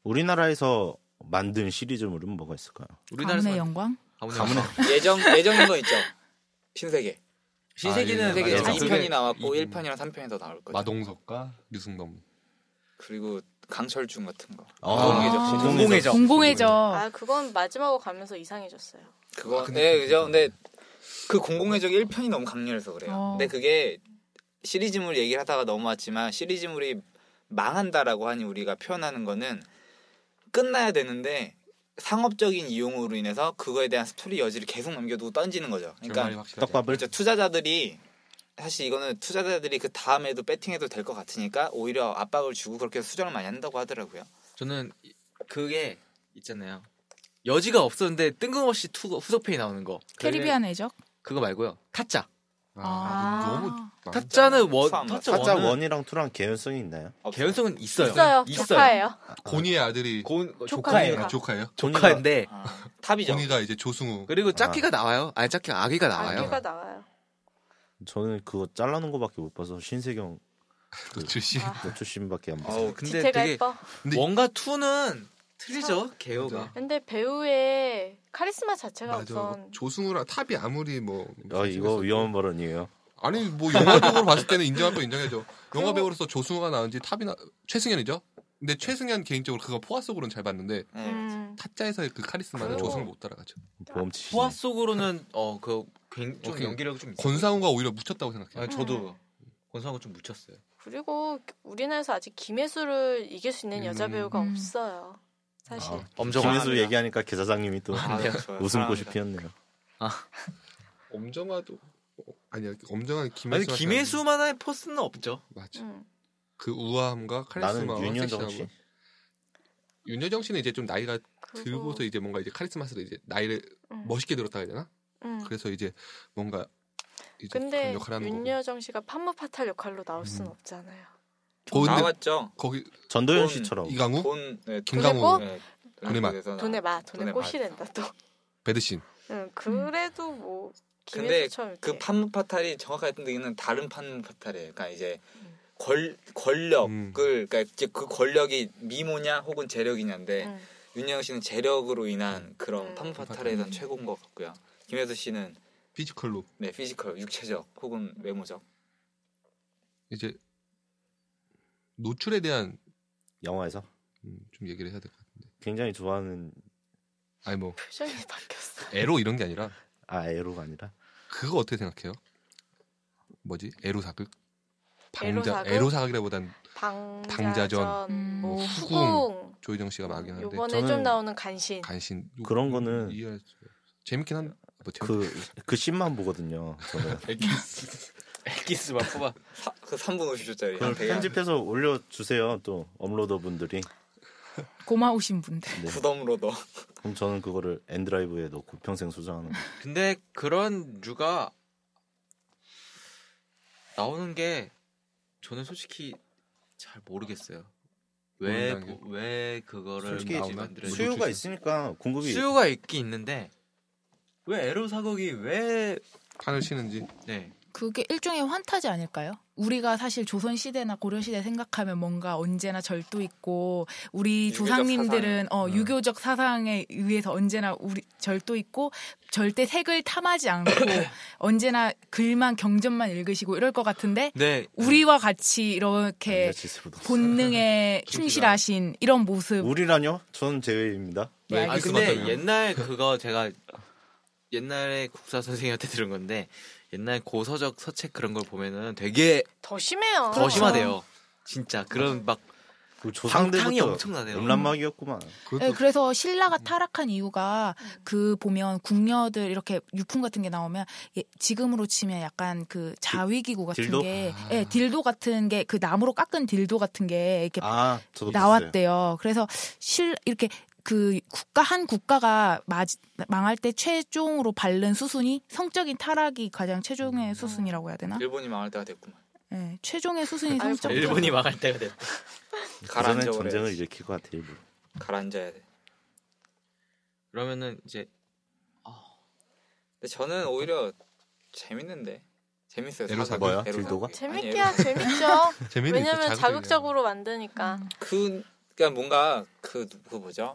Speaker 2: 우리나라에서 만든 시리즈물은 뭐가 있을까요?
Speaker 5: 가문의
Speaker 1: 우리나라에서
Speaker 5: 영광?
Speaker 1: 가문의
Speaker 6: 예정 예정인 거 있죠. 신세계.
Speaker 1: 신세계는
Speaker 3: 아, 예,
Speaker 6: 신세계
Speaker 3: 맞아요.
Speaker 1: 예정.
Speaker 6: 2편이 나왔고
Speaker 3: 이-
Speaker 6: 1편이랑 3편이 더 나올 거죠.
Speaker 3: 마동석과 류승범.
Speaker 6: 그리고 강철중 같은 거.
Speaker 2: 아,
Speaker 6: 공공의적
Speaker 4: 아,
Speaker 6: 시리즈.
Speaker 1: 공공의적. 공공의적.
Speaker 5: 공공의적.
Speaker 4: 아 그건 마지막으로 가면서 이상해졌어요.
Speaker 6: 그거
Speaker 3: 아, 근데
Speaker 6: 네
Speaker 3: 그거
Speaker 6: 그죠. 근데 그 공공의적 1편이 너무 강렬해서 그래요.
Speaker 5: 어.
Speaker 6: 근데 그게 시리즈물 얘기를 하다가 넘어왔지만 시리즈물이 망한다라고 하니 우리가 표현하는 거는 끝나야 되는데 상업적인 이용으로 인해서 그거에 대한 스토리 여지를 계속 넘겨두고 던지는 거죠.
Speaker 3: 결말이
Speaker 6: 그러니까
Speaker 3: 확실하지.
Speaker 2: 떡밥을
Speaker 6: 그렇죠. 투자자들이 사실 이거는 투자자들이 그 다음에도 배팅해도 될 것 같으니까 오히려 압박을 주고 그렇게 수정을 많이 한다고 하더라고요.
Speaker 1: 저는 이- 그게 있잖아요 여지가 없었는데 뜬금없이 투- 후속편이 나오는 거
Speaker 5: 캐리비안 애적?
Speaker 1: 그거 말고요 타짜
Speaker 3: 아, 너무
Speaker 1: 타짜는 원,
Speaker 6: 투안
Speaker 1: 타짜
Speaker 6: 봤어.
Speaker 2: 타짜
Speaker 1: 원은
Speaker 2: 원이랑 투랑 개연성이 있나요?
Speaker 1: 개연성은 있어요.
Speaker 4: 있어요. 조카예요.
Speaker 3: 고니의 아들이
Speaker 1: 고, 조카예요.
Speaker 4: 조카예요.
Speaker 3: 아, 조카예요.
Speaker 1: 조카인데
Speaker 6: 아, 탑이죠.
Speaker 3: 고니가 이제 조승우.
Speaker 1: 그리고 짝귀가 나와요. 아니 짝귀가 아기가 나와요.
Speaker 4: 아기가 나와요.
Speaker 2: 저는 그거 잘라놓은 거밖에 못 봐서 신세경
Speaker 3: 그 출신.
Speaker 4: 아.
Speaker 2: 노출신밖에 안 봤어요.
Speaker 1: 어우, 근데
Speaker 4: 지태가
Speaker 1: 되게
Speaker 4: 예뻐.
Speaker 3: 근데-
Speaker 1: 원과 투는 틀리죠 개요가.
Speaker 3: 맞아.
Speaker 4: 근데 배우의 카리스마 자체가
Speaker 3: 맞아.
Speaker 4: 우선
Speaker 3: 조승우랑 탑이 아무리 뭐.
Speaker 2: 어, 이거 위험한 발언이에요.
Speaker 3: 아니 뭐 영화적으로 봤을 때는 인정할 건 인정해줘. 영화 배우로서 조승우가 나은지 탑이나 최승현이죠. 근데 최승현 개인적으로 그거 포화 속으로는 잘 봤는데
Speaker 6: 네.
Speaker 4: 음,
Speaker 3: 타짜에서의 그 카리스마는
Speaker 2: 그리고-
Speaker 3: 조승우 못 따라가죠.
Speaker 2: 보험치.
Speaker 1: 포화 속으로는 어그 좀
Speaker 3: 어, 그
Speaker 1: 연기력이 좀 있어요.
Speaker 3: 권상우가 오히려 묻혔다고 생각해요.
Speaker 5: 음.
Speaker 1: 아니, 저도 권상우 좀 묻혔어요.
Speaker 4: 그리고 우리나라에서 아직 김혜수를 이길 수 있는 여자
Speaker 3: 음.
Speaker 4: 배우가
Speaker 5: 음.
Speaker 4: 없어요. 사실.
Speaker 2: 아,
Speaker 1: 엄정
Speaker 2: 김혜수 얘기하니까 기사장님이 또
Speaker 1: 네. 아, 네.
Speaker 6: 좋아요.
Speaker 2: 웃음꽃이
Speaker 6: 사랑합니다.
Speaker 2: 피었네요.
Speaker 3: 엄정화도 어, 아니야 엄정한 김혜수.
Speaker 1: 아니 김혜수만의 포스는 없죠.
Speaker 3: 맞아.
Speaker 4: 음.
Speaker 3: 그 우아함과
Speaker 2: 나는
Speaker 3: 카리스마와
Speaker 2: 윤여정
Speaker 3: 섹시함과-
Speaker 2: 씨.
Speaker 3: 윤여정 씨는 이제 좀 나이가
Speaker 4: 그리고
Speaker 3: 들고서 이제 뭔가 이제 카리스마스로 이제 나이를
Speaker 4: 음,
Speaker 3: 멋있게 들었다 해야 되나?
Speaker 4: 음.
Speaker 3: 그래서 이제 뭔가 이제 그런
Speaker 4: 근데
Speaker 3: 역할을 하는 거고
Speaker 4: 윤여정 씨가 판무파탈 역할로 나올 수는
Speaker 3: 음.
Speaker 4: 없잖아요.
Speaker 3: 거, 근데
Speaker 6: 나왔죠.
Speaker 3: 거기
Speaker 2: 전도연
Speaker 6: 본-
Speaker 2: 씨처럼
Speaker 3: 이강우
Speaker 6: 돈 네,
Speaker 3: 김강우
Speaker 4: 돈-
Speaker 6: 네,
Speaker 3: 돈의 맛.
Speaker 6: 돈에서 나-
Speaker 4: 돈에 마, 돈에
Speaker 6: 돈에
Speaker 4: 꽃이
Speaker 6: 맛.
Speaker 4: 된다 또.
Speaker 3: 배드신
Speaker 4: 응, 그래도 뭐
Speaker 6: 근데
Speaker 4: 김혜수처럼 이렇게
Speaker 6: 그 판무파탈이 정확하게 뜬 얘기는 다른 판무파탈이에요. 그러니까 이제 권 권력을
Speaker 3: 음.
Speaker 6: 그러니까 이제 그 권력이 미모냐 혹은 재력이냐인데
Speaker 4: 음.
Speaker 6: 윤영 씨는 재력으로 인한
Speaker 4: 음.
Speaker 6: 그런 판무파탈에 대한 최고인 것 같고요. 김혜수 씨는
Speaker 3: 피지컬로
Speaker 6: 네 피지컬 육체적 혹은 외모적
Speaker 3: 이제 노출에 대한
Speaker 2: 영화에서
Speaker 3: 음, 좀 얘기를 해야 될 것 같아요.
Speaker 2: 굉장히 좋아하는
Speaker 3: 아니 뭐
Speaker 4: 표정이 바뀌었어.
Speaker 3: 에로 이런 게 아니라
Speaker 2: 아 에로가 아니라
Speaker 3: 그거 어떻게 생각해요? 뭐지 에로 사극? 방자
Speaker 4: 에로사극?
Speaker 3: 에로 사극이라보단
Speaker 4: 방자전,
Speaker 3: 방자전,
Speaker 5: 음.
Speaker 4: 뭐
Speaker 3: 뭐
Speaker 4: 후궁,
Speaker 3: 조희정 씨가 막이 하는데
Speaker 4: 요번에
Speaker 2: 저는
Speaker 4: 좀 나오는 간신.
Speaker 3: 간신
Speaker 2: 그런 거는
Speaker 3: 이해할 수 없어요. 재밌긴 한데 뭐 재밌...
Speaker 2: 그 그 씬만 보거든요. 저는
Speaker 1: 액기스만 뽑아.
Speaker 6: 사- 그 3분 50초짜리
Speaker 2: 그걸 편집해서 올려주세요. 또 업로더 분들이
Speaker 5: 고마우신 분들.
Speaker 6: 구덤으로도
Speaker 2: 그럼 저는 그거를 엔드라이브에 넣고 평생 소장하는 거.
Speaker 1: 근데 그런 류가 나오는 게 저는 솔직히 잘 모르겠어요. 왜
Speaker 3: 모른다는
Speaker 1: 왜
Speaker 3: 게?
Speaker 1: 그거를
Speaker 2: 솔직히
Speaker 1: 굳이
Speaker 3: 나오나?
Speaker 1: 만들어
Speaker 3: 수요-
Speaker 2: 수요가 있으니까 공급이
Speaker 1: 수요가 있긴 있는데 왜 에로 사극이 왜
Speaker 3: 판을 치는지
Speaker 1: 네.
Speaker 5: 그게 일종의 환타지 아닐까요? 우리가 사실 조선 시대나 고려 시대 생각하면 뭔가 언제나 절도 있고 우리
Speaker 6: 유교적
Speaker 5: 조상님들은 어
Speaker 1: 네.
Speaker 3: 음.
Speaker 5: 유교적 사상에 의해서 언제나 우리 절도 있고 절대 색을 탐하지 않고 언제나 글만 경전만 읽으시고 이럴 것 같은데
Speaker 1: 네.
Speaker 5: 우리와 같이
Speaker 2: 네.
Speaker 5: 이렇게
Speaker 2: 지수보다
Speaker 5: 네. 본능에 충실하신 이런 모습
Speaker 2: 우리라뇨? 전 제외입니다.
Speaker 5: 네,
Speaker 1: 아
Speaker 5: 알겠습니다.
Speaker 1: 근데
Speaker 3: 말씀하자면.
Speaker 1: 옛날 그거 제가 옛날에 국사 선생님한테 들은 건데 옛날 고서적 서책 그런 걸 보면은 되게
Speaker 4: 더
Speaker 5: 아.
Speaker 4: 심해요.
Speaker 1: 더 심하대요. 진짜 그런 막
Speaker 2: 그
Speaker 1: 방탕이
Speaker 2: 조상들부터
Speaker 1: 엄청나네요.
Speaker 2: 음란막이었구만.
Speaker 3: 그것도
Speaker 5: 네, 그래서 신라가 타락한 이유가 그 보면 궁녀들 이렇게 유품 같은 게 나오면 예, 지금으로 치면 약간 그 자위기구 같은
Speaker 2: 딜도?
Speaker 5: 게 예, 딜도 같은 게 그 나무로 깎은 딜도 같은 게 이렇게
Speaker 2: 아 저도 봤어요.
Speaker 5: 나왔대요. 그래서 실 이렇게 그 국가 한 국가가 마, 망할 때 최종으로 밟는 수순이 성적인 타락이 가장 최종의 수순이라고 해야 되나?
Speaker 6: 일본이 망할 때가 됐구만.
Speaker 5: 예, 최종의 수순이
Speaker 4: 아이고.
Speaker 5: 성적. 음.
Speaker 1: 일본이 망할 때가 됐다.
Speaker 2: 그전엔
Speaker 6: 가라앉아 버려야지.
Speaker 2: 전쟁을 일으킬 것 같아 일부.
Speaker 6: 가라앉아야 돼.
Speaker 1: 그러면은 이제
Speaker 6: 근데 저는 오히려 재밌는데 재밌어요.
Speaker 3: 에로사
Speaker 6: 사극.
Speaker 2: 뭐요?
Speaker 6: 에로사.
Speaker 2: 딜도가?
Speaker 6: 아니,
Speaker 4: 재밌게야 재밌죠.
Speaker 3: 재미는 있어,
Speaker 4: 왜냐면
Speaker 3: 자극적이야.
Speaker 4: 자극적으로 만드니까.
Speaker 5: 음.
Speaker 6: 그 그러니까 뭔가 그, 그 뭐죠?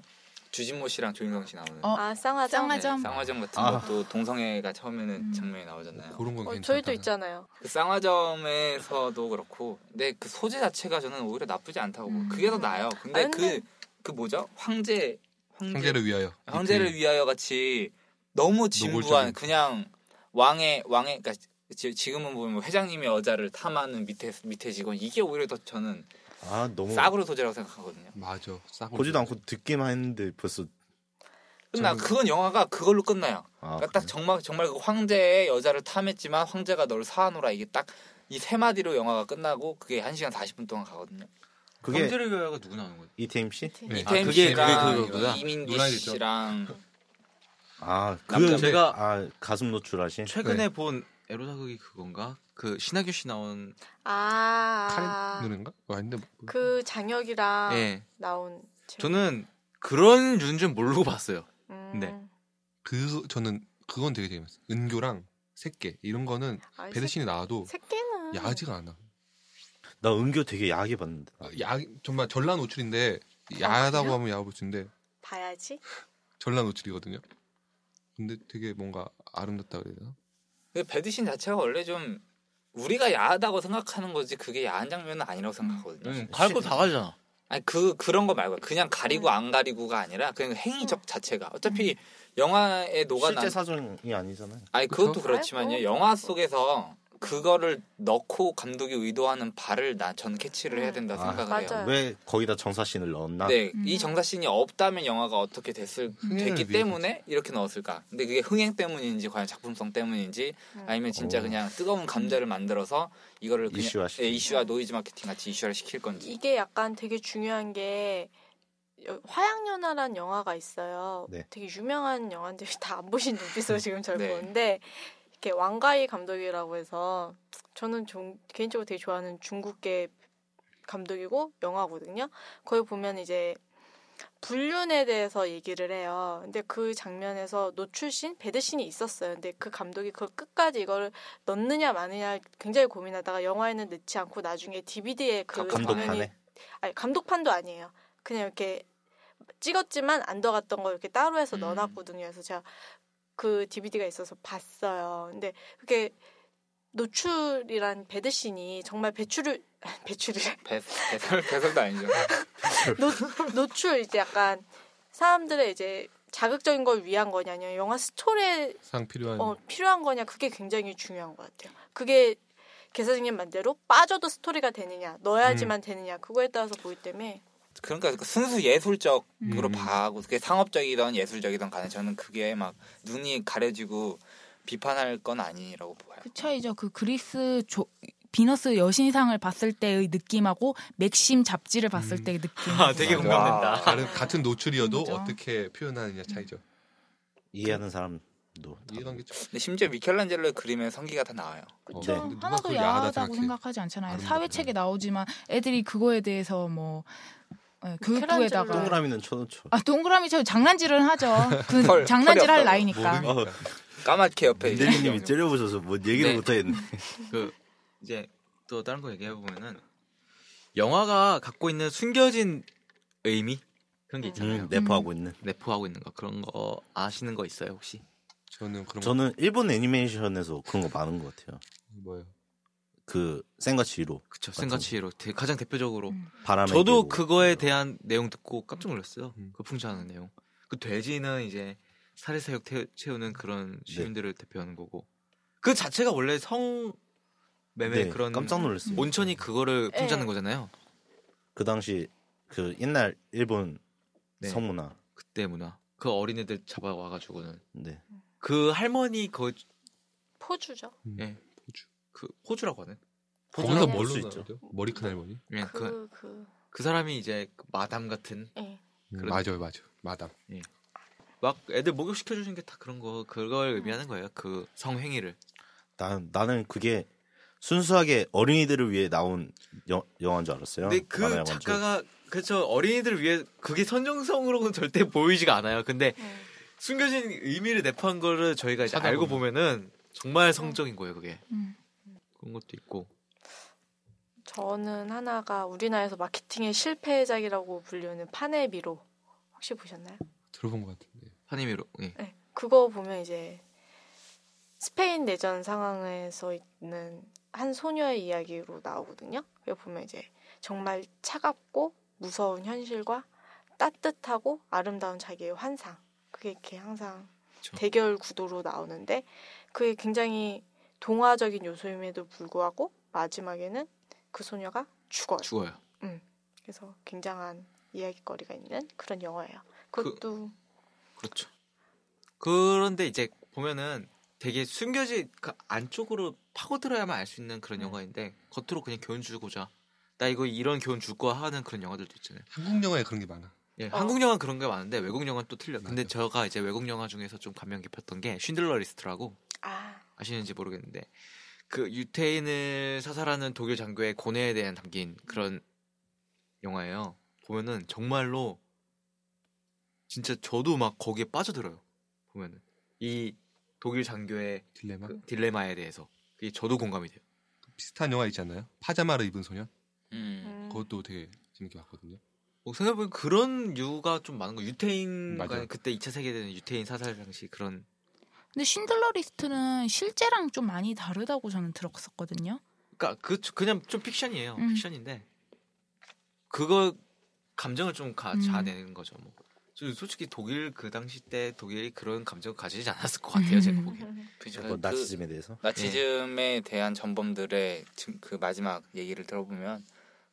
Speaker 6: 주진모 씨랑 조인성 씨 나오는 네,
Speaker 5: 어,
Speaker 4: 아 쌍화점.
Speaker 5: 쌍화점. 쌍화점.
Speaker 6: 쌍화점 같은
Speaker 2: 아.
Speaker 6: 것도 동성애가 처음에는
Speaker 5: 음.
Speaker 6: 장면이 나오잖아요.
Speaker 3: 그런 건
Speaker 4: 어,
Speaker 3: 괜찮다.
Speaker 4: 저희도 있잖아요.
Speaker 6: 그 쌍화점에서도 그렇고 근데 그 소재 자체가 저는 오히려 나쁘지 않다고 봐요. 그게 더 나아요. 근데
Speaker 4: 아,
Speaker 6: 그 그
Speaker 4: 근데-
Speaker 6: 뭐죠? 황제 황제
Speaker 3: 형제를 위하여.
Speaker 6: 황제를 위하여 같이 너무 진부한
Speaker 3: 노골적인.
Speaker 6: 그냥 왕의 왕의 그러니까 지- 지금은 보면 회장님의 여자를 탐하는 밑에 밑에 직원 이게 오히려 더 저는
Speaker 2: 아 너무
Speaker 6: 싸구려 소재라고 생각하거든요.
Speaker 3: 맞아. 싸고
Speaker 2: 보지도 않고 듣기만 했는데 벌써
Speaker 6: 끝나
Speaker 3: 저는-
Speaker 6: 그건 영화가 그걸로 끝나요.
Speaker 2: 아,
Speaker 6: 그러니까 딱 정말 정말 그 황제의 여자를 탐했지만 황제가 널 사하노라 이게 딱 이 세 마디로 영화가 끝나고 그게 1시간 40분 동안 가거든요.
Speaker 2: 그게
Speaker 1: 형제를 위하여가 누구 나오는 거예요?
Speaker 2: 이태임 씨?
Speaker 3: 네.
Speaker 1: 아,
Speaker 6: 이태임
Speaker 1: 그게- 그게
Speaker 6: 씨랑
Speaker 1: 그거구나.
Speaker 6: 이민기
Speaker 3: 논란이 있죠.
Speaker 6: 씨랑
Speaker 2: 아
Speaker 1: 남자
Speaker 2: 그
Speaker 1: 제가-
Speaker 2: 제가 아 가슴 노출하신
Speaker 1: 최근에
Speaker 3: 네.
Speaker 1: 본 에로 자극이 그건가? 그 신하균 씨 나온
Speaker 4: 아,
Speaker 3: 카렌 누는가? 어, 아닌데 뭐-
Speaker 4: 그 장혁이랑
Speaker 1: 예.
Speaker 4: 나온. 제-
Speaker 1: 저는 그런 류인 줄 모르고 봤어요.
Speaker 4: 음,
Speaker 1: 네.
Speaker 3: 그 저는 그건 되게 재밌었어요. 은교랑 새끼 이런 거는
Speaker 4: 아,
Speaker 3: 배드신이 나와도
Speaker 4: 새, 새끼는
Speaker 3: 야하지가 않아.
Speaker 2: 나 은교 되게 야하게 봤는데.
Speaker 3: 아, 야 정말 전라 노출인데 야하다고
Speaker 4: 그래요?
Speaker 3: 하면 야하 볼수인데
Speaker 4: 봐야지.
Speaker 3: 전라 노출이거든요. 근데 되게 뭔가 아름답다 그래야 되나?
Speaker 6: 근데 배드신 자체가 원래 좀 우리가 야하다고 생각하는 거지 그게 야한 장면은 아니라고 생각하거든요.
Speaker 1: 갈거다 음, 가잖아. 음.
Speaker 6: 아니 그 그런 거 말고 그냥 가리고 안 가리고가 아니라 그냥 행위적 자체가 어차피 영화에 녹아난
Speaker 2: 실제 사정이 아니잖아요.
Speaker 6: 아니
Speaker 3: 그쵸?
Speaker 6: 그것도 그렇지만요.
Speaker 4: 아이고.
Speaker 6: 영화 속에서 그거를 넣고 감독이 의도하는 바를 나 전 캐치를 해야 된다
Speaker 2: 아,
Speaker 6: 생각을 해요.
Speaker 4: 맞아요.
Speaker 2: 왜 거기다 정사신을 넣었나?
Speaker 6: 네,
Speaker 5: 음.
Speaker 6: 이 정사신이 없다면 영화가 어떻게 됐을
Speaker 3: 흥행을 위해서.
Speaker 6: 됐기 때문에 이렇게 넣었을까? 근데 그게 흥행 때문인지 과연 작품성 때문인지
Speaker 4: 음.
Speaker 6: 아니면 진짜
Speaker 2: 오.
Speaker 6: 그냥 뜨거운 감자를 만들어서 이거를 그냥
Speaker 2: 이슈화
Speaker 6: 예,
Speaker 2: 시키
Speaker 6: 이슈와 노이즈 마케팅 같이 이슈화를 시킬 건지.
Speaker 4: 이게 약간 되게 중요한 게 여- 화양연화란 영화가 있어요.
Speaker 2: 네.
Speaker 4: 되게 유명한 영화인데 다 안 보신
Speaker 3: 음.
Speaker 4: 눈빛으로 지금 절
Speaker 6: 네.
Speaker 4: 보는데 이렇게 왕가희 감독이라고 해서 저는 좀 개인적으로 되게 좋아하는 중국계 감독이고 영화거든요. 거기 보면 이제 불륜에 대해서 얘기를 해요. 근데 그 장면에서 노출신, 배드신이 있었어요. 근데 그 감독이 그걸 끝까지 이걸 넣느냐 마느냐 굉장히 고민하다가 영화에는 넣지 않고 나중에 DVD에 그 장면이
Speaker 2: 아, 감독판에
Speaker 4: 아니 감독판도 아니에요. 그냥 이렇게 찍었지만 안 들어갔던 걸 이렇게 따로 해서
Speaker 6: 음.
Speaker 4: 넣어놨거든요. 그래서 제가 그 DVD가 있어서 봤어요. 근데 그게 노출이란 배드신이 정말 배출을 배출을
Speaker 6: 배- 배설 배설도 아니죠.
Speaker 4: 노, 노출 이제 약간 사람들의 이제 자극적인 걸 위한 거냐 아니면 영화 스토리에
Speaker 3: 상 필요한
Speaker 4: 어, 필요한 거냐 그게 굉장히 중요한 것 같아요. 그게 개사장님 말대로 빠져도 스토리가 되느냐 넣어야지만 되느냐 그거에 따라서 보기 때문에
Speaker 6: 그러니까 그 순수 예술적으로
Speaker 3: 음.
Speaker 6: 봐하고 그게 상업적이든 예술적이든 간에 저는 그게 막 눈이 가려지고 비판할 건 아니라고 봐요.
Speaker 5: 그 차이죠. 그 그리스 조, 비너스 여신상을 봤을 때의 느낌하고 맥심 잡지를 봤을
Speaker 3: 음.
Speaker 5: 때의 느낌.
Speaker 1: 아, 되게
Speaker 6: 맞아.
Speaker 1: 공감된다.
Speaker 3: 다른 같은 노출이어도
Speaker 5: 진짜.
Speaker 3: 어떻게 표현하느냐 차이죠.
Speaker 2: 이해하는 사람도 다
Speaker 3: 이해관 계 좀.
Speaker 6: 근데 심지어 미켈란젤로의 그림에 성기가 다 나와요.
Speaker 5: 그렇죠.
Speaker 2: 네.
Speaker 3: 근데 누가
Speaker 5: 하나도
Speaker 3: 그걸 야하다
Speaker 5: 야하다고
Speaker 3: 생각해?
Speaker 5: 생각하지 않잖아요.
Speaker 3: 아름답다.
Speaker 5: 사회책에 나오지만 애들이 그거에 대해서 뭐 예,
Speaker 4: 미켈란젤로.
Speaker 5: 교육부에다가
Speaker 2: 동그라미는 쳐놓죠.
Speaker 5: 아 동그라미 쳐 장난질은 하죠. 그
Speaker 6: 털,
Speaker 5: 장난질
Speaker 6: 털이
Speaker 5: 할
Speaker 6: 없다고.
Speaker 5: 나이니까.
Speaker 3: 모르니까.
Speaker 1: 음.
Speaker 6: 까맣게 옆에 이제
Speaker 2: 대리님이 째려보셔서 뭐 얘기를
Speaker 1: 네.
Speaker 2: 못하겠네.
Speaker 1: 그 이제 또 다른 거 얘기해 보면은 영화가 갖고 있는 숨겨진 의미 그런 게 있잖아요.
Speaker 2: 음, 내포하고 있는.
Speaker 1: 내포하고 있는 거 그런 거 아시는 거 있어요 혹시?
Speaker 3: 저는 그런 거
Speaker 2: 저는 일본 애니메이션에서 그런 거 많은 것 같아요.
Speaker 3: 뭐예요?
Speaker 2: 그 센과 치로
Speaker 1: 그쵸.
Speaker 2: 맞아요.
Speaker 1: 생가치로 대- 가장 대표적으로.
Speaker 5: 음.
Speaker 2: 바람에
Speaker 1: 저도
Speaker 2: 들고. 네.
Speaker 1: 그거에 대한 내용 듣고 깜짝 놀랐어요.
Speaker 3: 음.
Speaker 1: 그 풍자하는 내용. 그 돼지는 이제 사리사욕 태- 채우는
Speaker 2: 네.
Speaker 1: 그런 시민들을 대표하는 거고. 그 자체가 원래 성 매매
Speaker 2: 네,
Speaker 1: 그런
Speaker 2: 깜짝 놀랐어요.
Speaker 1: 온천이 그거를
Speaker 4: 예.
Speaker 1: 풍자하는 거잖아요.
Speaker 2: 그 당시 그 옛날 일본
Speaker 1: 네.
Speaker 2: 성문화.
Speaker 1: 그때 문화. 그 어린애들 잡아와 가지고는
Speaker 2: 네.
Speaker 1: 그 할머니 그,
Speaker 4: 포주죠.
Speaker 1: 예. 그 호주라고 하는.
Speaker 3: 거기서
Speaker 4: 볼
Speaker 3: 뭘
Speaker 2: 수
Speaker 3: 로
Speaker 2: 있죠.
Speaker 3: 나왔죠? 머리큰 할머니?
Speaker 1: 예, 그, 그,
Speaker 4: 그 그,
Speaker 1: 사람이 이제 그 마담 같은
Speaker 4: 예.
Speaker 3: 음,
Speaker 1: 그래.
Speaker 3: 맞아요, 맞아요. 마담.
Speaker 1: 막 애들 목욕 시켜 주는 게 다 그런 거 그걸 의미하는 거예요. 그 성행위를.
Speaker 2: 난 나는 그게 순수하게 어린이들을 위해 나온 여, 영화인 줄 알았어요.
Speaker 1: 근데 그
Speaker 2: 만화 영화인 줄.
Speaker 1: 작가가 그렇죠 어린이들을 위해 그게 선정성으로는 절대 보이지가 않아요. 근데
Speaker 4: 음.
Speaker 1: 숨겨진 의미를 내포한 거를 저희가 이제
Speaker 3: 찾아보면.
Speaker 1: 알고 보면은 정말 성적인 거예요. 그게
Speaker 5: 음.
Speaker 1: 그런 것도 있고
Speaker 4: 저는 하나가 우리나라에서 마케팅의 실패작이라고 불리는 판의 미로 혹시 보셨나요?
Speaker 3: 들어본 것 같은데.
Speaker 1: 파니미로 예.
Speaker 4: 네, 그거 보면 이제 스페인 내전 상황에서 있는 한 소녀의 이야기로 나오거든요. 그거 보면 이제 정말 차갑고 무서운 현실과 따뜻하고 아름다운 자기의 환상. 그게 이렇게 항상
Speaker 1: 그쵸.
Speaker 4: 대결 구도로 나오는데 그게 굉장히 동화적인 요소임에도 불구하고 마지막에는 그 소녀가 죽어요.
Speaker 1: 죽어요.
Speaker 4: 그래서 굉장한 이야기거리가 있는 그런 영화예요. 그것도
Speaker 1: 그렇죠. 그런데 이제 보면은 되게 숨겨진 그 안쪽으로 파고들어야만 알 수 있는 그런
Speaker 4: 음.
Speaker 1: 영화인데 겉으로 그냥 교훈 주고자 나 이거 이런 교훈 줄 거야 하는 그런 영화들도 있잖아요.
Speaker 3: 한국 영화에 그런 게 많아.
Speaker 1: 예,
Speaker 4: 어.
Speaker 1: 한국 영화 는 그런 게 많은데 외국 영화는 또 틀려. 근데
Speaker 3: 맞아요.
Speaker 1: 제가 이제 외국 영화 중에서 좀 감명 깊었던 게 쉰들러 리스트라고
Speaker 4: 아
Speaker 1: 아시는지 모르겠는데 그 유태인을 사살하는 독일 장교의 고뇌에 대한 담긴 그런 영화예요. 보면은 정말로 진짜 저도 막 거기에 빠져들어요. 보면은 이 독일 장교의
Speaker 3: 딜레마
Speaker 1: 그 딜레마에 대해서 그게 저도 공감이 돼요.
Speaker 3: 비슷한 영화 있지 않나요? 파자마를 입은 소년
Speaker 6: 음.
Speaker 4: 음.
Speaker 3: 그것도 되게 재밌게 봤거든요.
Speaker 1: 뭐 생각해보면 그런 이유가 좀 많은 거 유태인
Speaker 3: 맞아요.
Speaker 1: 간에 그때 2차 세계대전 유태인 사살 당시 그런
Speaker 5: 근데 신들러 리스트는 실제랑 좀 많이 다르다고 저는 들었었거든요.
Speaker 1: 그러니까 그 그냥 좀 픽션이에요.
Speaker 5: 음.
Speaker 1: 픽션인데 그거 감정을 좀 가,
Speaker 5: 음.
Speaker 1: 자아내는 거죠. 뭐. 저 솔직히 독일 그 당시 때 독일이 그런 감정을 가지지 않았을 것 같아요. 제가 그러니까
Speaker 5: 음.
Speaker 1: 보기에.
Speaker 6: 그죠.
Speaker 2: 뭐
Speaker 6: 그
Speaker 2: 나치즘에 대해서
Speaker 6: 나치즘에 대한 전범들의 지금 그 마지막 얘기를 들어보면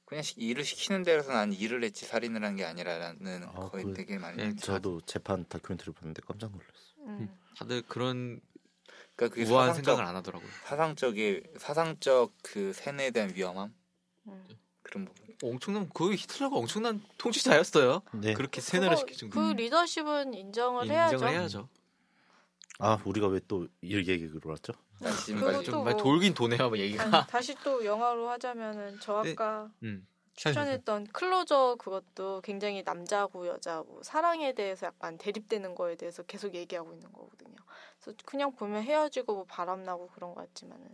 Speaker 6: 그냥 시- 일을 시키는 데로서 난 일을 했지 살인을 한 게 아니라는
Speaker 2: 아,
Speaker 6: 거의
Speaker 2: 그-
Speaker 6: 되게 많이.
Speaker 1: 예.
Speaker 2: 저도 재판 다큐멘터리 봤는데 깜짝 놀랐어.
Speaker 4: 음.
Speaker 1: 다들 그런
Speaker 6: 그러니까 그게
Speaker 1: 우아한
Speaker 6: 사상적-
Speaker 1: 생각을 안 하더라고요.
Speaker 6: 사상적인 사상적 그 세뇌에 대한 위험함
Speaker 4: 음.
Speaker 6: 그런 부분.
Speaker 1: 엄청난 그 히틀러가 엄청난 통치자였어요.
Speaker 2: 네.
Speaker 1: 아, 그렇게 세뇌를
Speaker 4: 그거-
Speaker 1: 시킬 정도.
Speaker 4: 그 리더십은 예, 인정을 해야죠.
Speaker 1: 인정을 해야죠.
Speaker 2: 아 우리가 왜 또 이렇게 얘기로 왔죠?
Speaker 4: 그리고
Speaker 6: 나치즘까지
Speaker 4: 또
Speaker 1: 좀 많이
Speaker 4: 뭐-
Speaker 1: 돌긴 도네요, 뭐 얘기가.
Speaker 4: 아니, 다시 또 영화로 하자면은 저
Speaker 1: 네.
Speaker 4: 아까
Speaker 1: 음.
Speaker 4: 추천했던 클로저 그것도 굉장히 남자하고 여자 뭐 사랑에 대해서 약간 대립되는 거에 대해서 계속 얘기하고 있는 거거든요. 그래서 그냥 보면 헤어지고 뭐 바람나고 그런 거 같지만은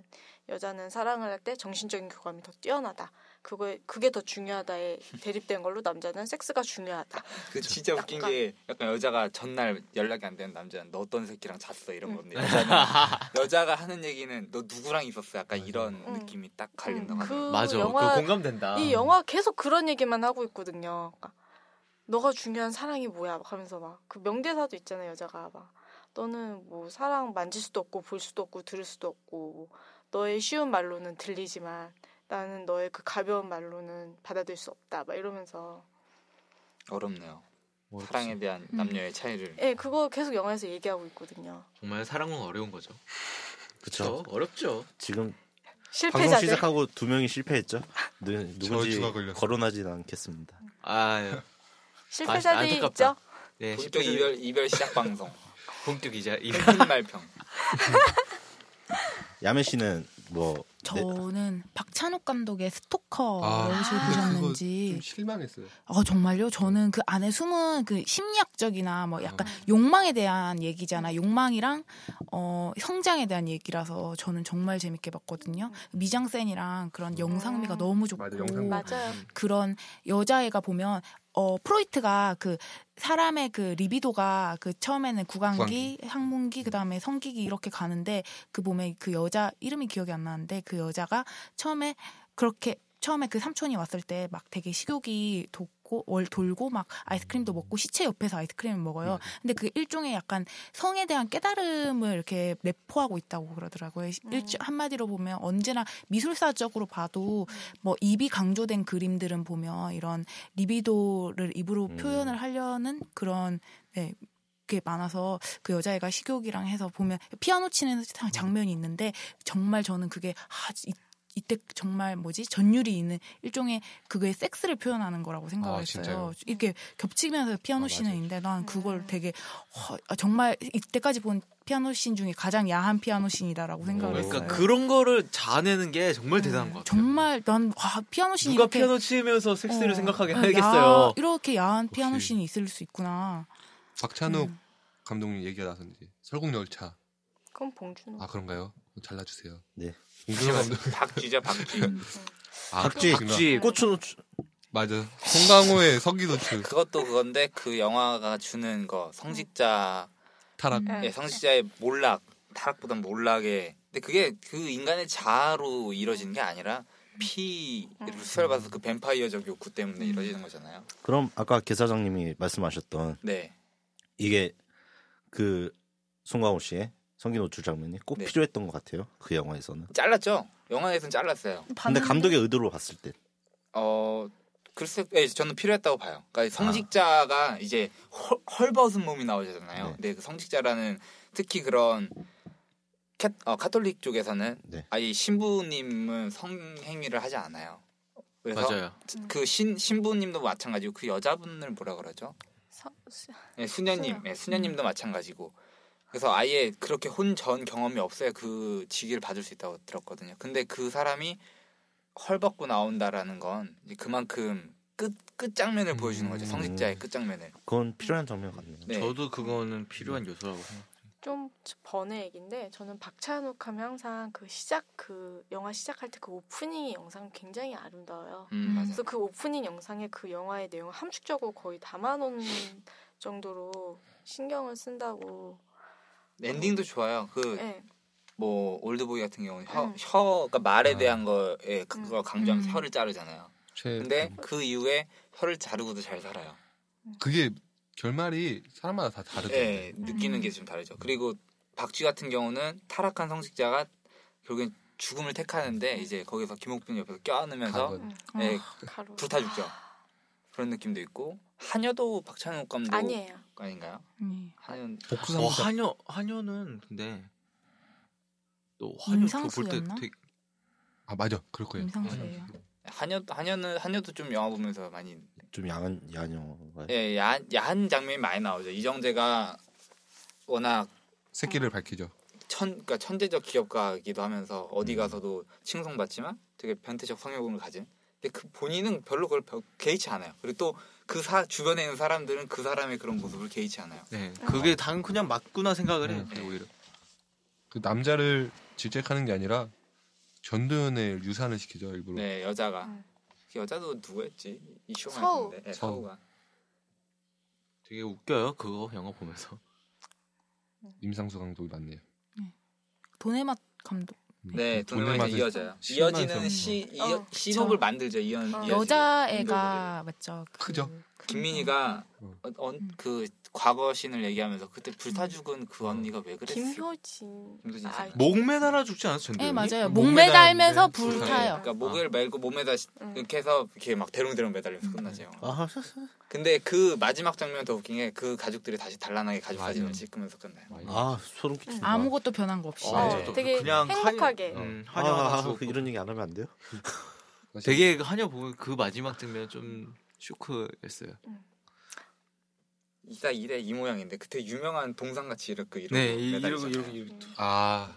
Speaker 4: 여자는 사랑을 할 때 정신적인 교감이 더 뛰어나다. 그거에 그게 더 중요하다에 대립된 걸로 남자는 섹스가 중요하다.
Speaker 6: 그 진짜 웃긴 게 약간 여자가 전날 연락이 안 되는 남자는 너 어떤 새끼랑 잤어 이런 건데 여자는 여자가 하는 얘기는 너 누구랑 있었어 약간 이런
Speaker 4: 음.
Speaker 6: 느낌이 딱 갈린다고
Speaker 4: 음,
Speaker 6: 하더라고요.
Speaker 4: 그
Speaker 1: 맞아.
Speaker 4: 영화-
Speaker 1: 그 공감된다.
Speaker 4: 이 영화 계속 그런 얘기만 하고 있거든요. 그러니까 너가 중요한 사랑이 뭐야? 막 하면서 막 그 명대사도 있잖아요, 여자가 막 너는 뭐 사랑 만질 수도 없고 볼 수도 없고 들을 수도 없고 뭐 너의 쉬운 말로는 들리지만 나는 너의 그 가벼운 말로는 받아들일 수 없다. 막 이러면서
Speaker 6: 어렵네요.
Speaker 1: 뭐
Speaker 6: 사랑에 대한 남녀의 차이를 음.
Speaker 4: 예, 그거 계속 영화에서 얘기하고 있거든요.
Speaker 1: 정말 사랑은 어려운 거죠.
Speaker 2: 그쵸.
Speaker 1: 어렵죠.
Speaker 2: 지금 방송
Speaker 4: 실패자들
Speaker 2: 시작하고 두 명이 실패했죠. 누, 누군지
Speaker 3: 저주가 걸렸어.
Speaker 2: 거론하진 않겠습니다.
Speaker 1: 아,
Speaker 4: 실패자들이
Speaker 1: 아,
Speaker 4: 있죠.
Speaker 1: 안타깝다. 네,
Speaker 6: 본격
Speaker 1: 실패자-
Speaker 6: 이별 이별 시작 방송
Speaker 1: 본격 이자 이
Speaker 6: 큰 말평.
Speaker 2: 야매 씨는 뭐 네,
Speaker 5: 저는 박찬욱 감독의 스토커
Speaker 3: 아,
Speaker 5: 여기서
Speaker 3: 근데 그거
Speaker 5: 보셨는지
Speaker 3: 좀 실망했어요.
Speaker 5: 아 정말요? 저는 그 안에 숨은 그 심리학적이나 뭐 약간
Speaker 3: 어.
Speaker 5: 욕망에 대한 얘기잖아. 욕망이랑 어 성장에 대한 얘기라서 저는 정말 재밌게 봤거든요. 미장센이랑 그런 영상미가 너무 좋고
Speaker 3: 맞아,
Speaker 1: 음.
Speaker 3: 영상미.
Speaker 4: 맞아요.
Speaker 5: 그런 여자애가 보면 어 프로이트가 그 사람의 그 리비도가 그 처음에는 구강기, 항문기, 그다음에 성기기 이렇게 가는데 그 보면 그 여자 이름이 기억이 안 나는데 그 여자가 처음에 그렇게 처음에 그 삼촌이 왔을 때 막 되게 식욕이 돋고 월 돌고 막 아이스크림도 먹고 시체 옆에서 아이스크림을 먹어요. 근데 그 일종의 약간 성에 대한 깨달음을 이렇게 내포하고 있다고 그러더라고요. 일 한마디로 보면 언제나 미술사적으로 봐도 뭐 입이 강조된 그림들은 보면 이런 리비도를 입으로
Speaker 2: 음.
Speaker 5: 표현을 하려는 그런 네, 게 많아서 그 여자애가 식욕이랑 해서 보면 피아노 치는 장- 장면이 있는데 정말 저는 그게 아, 이, 이때 정말 뭐지 전율이 있는 일종의 그거의 섹스를 표현하는
Speaker 1: 아,
Speaker 5: 거라고 생각했어요.
Speaker 3: 진짜요?
Speaker 5: 이렇게 겹치면서 피아노
Speaker 3: 아,
Speaker 5: 씬인데 난 그걸
Speaker 4: 음.
Speaker 5: 되게 허, 아, 정말 이때까지 본 피아노 씬 중에 가장 야한 피아노 씬이다라고 생각을 했어요. 네.
Speaker 1: 그러니까 그런 거를 자아내는 게 정말 대단한 것 같아요.
Speaker 5: 정말 난 와, 피아노 씬이
Speaker 1: 누가
Speaker 5: 이렇게-
Speaker 1: 피아노 치면서 섹스를
Speaker 5: 어,
Speaker 1: 생각하게
Speaker 5: 야,
Speaker 1: 하겠어요.
Speaker 5: 이렇게 야한 피아노
Speaker 3: 역시.
Speaker 5: 씬이 있을 수 있구나.
Speaker 3: 박찬욱
Speaker 5: 음.
Speaker 3: 감독님 얘기가 나서인지 설국열차
Speaker 4: 그건 봉준호.
Speaker 3: 아 그런가요? 잘라주세요.
Speaker 2: 네.
Speaker 3: 봉준호 감독
Speaker 6: 박쥐죠 박쥐.
Speaker 3: 아,
Speaker 1: 예,
Speaker 2: 박쥐.
Speaker 3: 그렇구나.
Speaker 1: 쥐,
Speaker 2: 꽃은 우추-
Speaker 3: 맞아. 송강호의 성기도출
Speaker 6: 그것도 그건데 그 영화가 주는 거 성직자
Speaker 3: 타락.
Speaker 5: 음.
Speaker 1: 아,
Speaker 6: 예, 성직자의 몰락 타락보단 몰락에 근데 그게 그 인간의 자아로 이루어지는 게 아니라
Speaker 1: 음.
Speaker 6: 피를 수혈받아서 그 뱀파이어적 욕구 때문에 이루어지는 거잖아요.
Speaker 2: 그럼 아까 개 사장님이 말씀하셨던
Speaker 6: 네,
Speaker 2: 이게 그 송강호 씨의 성기 노출 장면이 꼭
Speaker 6: 네.
Speaker 2: 필요했던 것 같아요. 그 영화에서는.
Speaker 6: 잘랐죠. 영화에서는 잘랐어요.
Speaker 2: 근데 감독의 의도로 봤을 때
Speaker 6: 어 글쎄, 예, 저는 필요했다고 봐요. 그러니까
Speaker 1: 아.
Speaker 6: 성직자가 이제 헐, 헐벗은 몸이 나오잖아요.
Speaker 2: 네.
Speaker 6: 근데 그 성직자라는 특히 그런 캐, 어, 카톨릭 쪽에서는
Speaker 2: 네.
Speaker 6: 아예 신부님은 성행위를 하지 않아요. 그래서
Speaker 1: 맞아요.
Speaker 4: 음.
Speaker 6: 그 신, 신부님도 마찬가지고 그 여자분을 뭐라 그러죠?
Speaker 4: 서-
Speaker 6: 예,
Speaker 4: 수녀.
Speaker 6: 수녀님,
Speaker 4: 음.
Speaker 6: 예, 수녀님도 마찬가지고 그래서 아예 그렇게 혼 전 경험이 없어야 그 직위를 받을 수 있다고 들었거든요. 근데 그 사람이 헐벗고 나온다라는 건 이제 그만큼 끝 끝장면을 보여주는 거죠. 성직자의 끝장면을.
Speaker 2: 그건 필요한 장면 같네요.
Speaker 6: 네.
Speaker 1: 음. 저도 그거는 필요한 요소라고 생각해요.
Speaker 4: 좀 번외 얘기인데 저는 박찬욱 하면 항상 그 시작 그 영화 시작할 때 그 오프닝 영상 굉장히 아름다워요.
Speaker 6: 음, 맞아.
Speaker 4: 그래서 그 오프닝 영상에 그 영화의 내용을 함축적으로 거의 담아놓은 정도로 신경을 쓴다고.
Speaker 6: 엔딩도 좋아요. 그
Speaker 4: 네.
Speaker 6: 뭐 올드보이 같은 경우는 혀,
Speaker 4: 음.
Speaker 6: 혀가 말에
Speaker 3: 아.
Speaker 6: 대한 거에 그걸
Speaker 4: 음.
Speaker 6: 강조하면서
Speaker 5: 음.
Speaker 6: 혀를 자르잖아요.
Speaker 3: 최
Speaker 6: 근데
Speaker 1: 음.
Speaker 6: 그 이후에 혀를 자르고도 잘 살아요.
Speaker 3: 그게 결말이 사람마다 다 다르던데.
Speaker 6: 예, 느끼는 게 좀 다르죠. 그리고 박쥐 같은 경우는 타락한 성직자가 결국엔 죽음을 택하는데 이제 거기서 김옥빈 옆에서 껴안으면서
Speaker 3: 가고.
Speaker 4: 음.
Speaker 6: 예,
Speaker 4: 가로. 아,
Speaker 6: 불타 죽죠. 그런 느낌도 있고 한여도 박찬욱 감독
Speaker 4: 아니에요.
Speaker 6: 닌가요
Speaker 5: 음.
Speaker 6: 한여
Speaker 3: 복수
Speaker 1: 어,
Speaker 3: 삼자.
Speaker 1: 한여 한여는 근데 또 한여 볼때
Speaker 5: 임상수였나?
Speaker 1: 되게
Speaker 3: 아 맞아, 그럴 거예요.
Speaker 6: 네.
Speaker 5: 임상수예요.
Speaker 6: 한여 한여는 한여도 좀 영화 보면서 많이
Speaker 2: 좀 야한 야한 영화인가요?
Speaker 6: 예, 야한, 야한 장면이 많이 나오죠. 이정재가 워낙
Speaker 3: 새끼를 밝히죠.
Speaker 6: 천, 그러니까 천재적 기업가이기도 하면서
Speaker 3: 음.
Speaker 6: 어디 가서도 칭송받지만 되게 변태적 성욕을 가진. 근데 그 본인은 별로 그걸 별- 개의치 않아요. 그리고 또 그 사 주변에 있는 사람들은 그 사람의 그런 모습을 개의치 않아요.
Speaker 1: 네
Speaker 5: 어.
Speaker 1: 그게 당 그냥 맞구나 생각을
Speaker 5: 네.
Speaker 1: 해요.
Speaker 3: 음.
Speaker 1: 근데 오히려
Speaker 3: 그 남자를 질책하는 게 아니라 전두현을 유산을 시키죠 일부러.
Speaker 6: 네, 여자가
Speaker 4: 음.
Speaker 6: 그 여자도 누구였지? 이슈가
Speaker 4: 서우.
Speaker 6: 있는데 네,
Speaker 3: 서우.
Speaker 6: 서우가
Speaker 1: 되게 웃겨요 그거 영화 보면서.
Speaker 3: 임상수 감독이 맞네요. 음.
Speaker 5: 도네맛 감독.
Speaker 6: 네,
Speaker 3: 돈을
Speaker 6: 동네마에서
Speaker 3: 맞을-
Speaker 6: 이어져요.
Speaker 3: 신발
Speaker 6: 이어지는
Speaker 3: 좀-
Speaker 6: 시
Speaker 4: 어,
Speaker 6: 이어, 시속을 만들죠. 이어
Speaker 4: 어.
Speaker 6: 이어지게.
Speaker 5: 여자애가 맞죠. 그-
Speaker 3: 크죠?
Speaker 5: 그-
Speaker 6: 김민희가
Speaker 3: 어.
Speaker 6: 어, 어,
Speaker 4: 음.
Speaker 6: 그 과거 신을 얘기하면서 그때 불타 죽은 그 언니가 왜 그랬어?
Speaker 4: 김효진.
Speaker 6: 김효진 뭐?
Speaker 4: 아,
Speaker 6: 선생님.
Speaker 1: 목 매달아 죽지 않았어요? 네, 근데
Speaker 5: 네
Speaker 1: 여기?
Speaker 5: 맞아요.
Speaker 3: 목
Speaker 5: 목 매달면서
Speaker 3: 매달면
Speaker 5: 불타요.
Speaker 6: 그러니까
Speaker 3: 아.
Speaker 6: 목을 메고 몸에다 시-
Speaker 4: 음.
Speaker 6: 이렇게 해서 이렇게 막 대롱대롱 매달리면서 끝나죠.
Speaker 2: 아,
Speaker 6: 근데 그 마지막 장면 더 웃긴 게 그 가족들이 다시 단란하게 가족
Speaker 3: 맞아요.
Speaker 6: 사진을 찍으면서 끝나요.
Speaker 2: 아 소름 끼친다.
Speaker 5: 아무것도 변한 거 없이.
Speaker 1: 어,
Speaker 4: 아,
Speaker 1: 저도
Speaker 4: 되게
Speaker 1: 그냥
Speaker 4: 행복하게.
Speaker 1: 한여, 음,
Speaker 2: 아,
Speaker 1: 한여 하나
Speaker 2: 아,
Speaker 1: 죽었고.
Speaker 2: 이런 얘기 안 하면 안 돼요?
Speaker 1: 되게 한여 보면 그 마지막 장면 좀 쇼크였어요.
Speaker 6: 이사 이래 이 모양인데 그때 유명한 동상같이 이렇게 이렇게
Speaker 1: 네, 이-
Speaker 6: 매달리잖아요.
Speaker 1: 이러고, 이러고, 이러고.
Speaker 3: 아
Speaker 4: 음.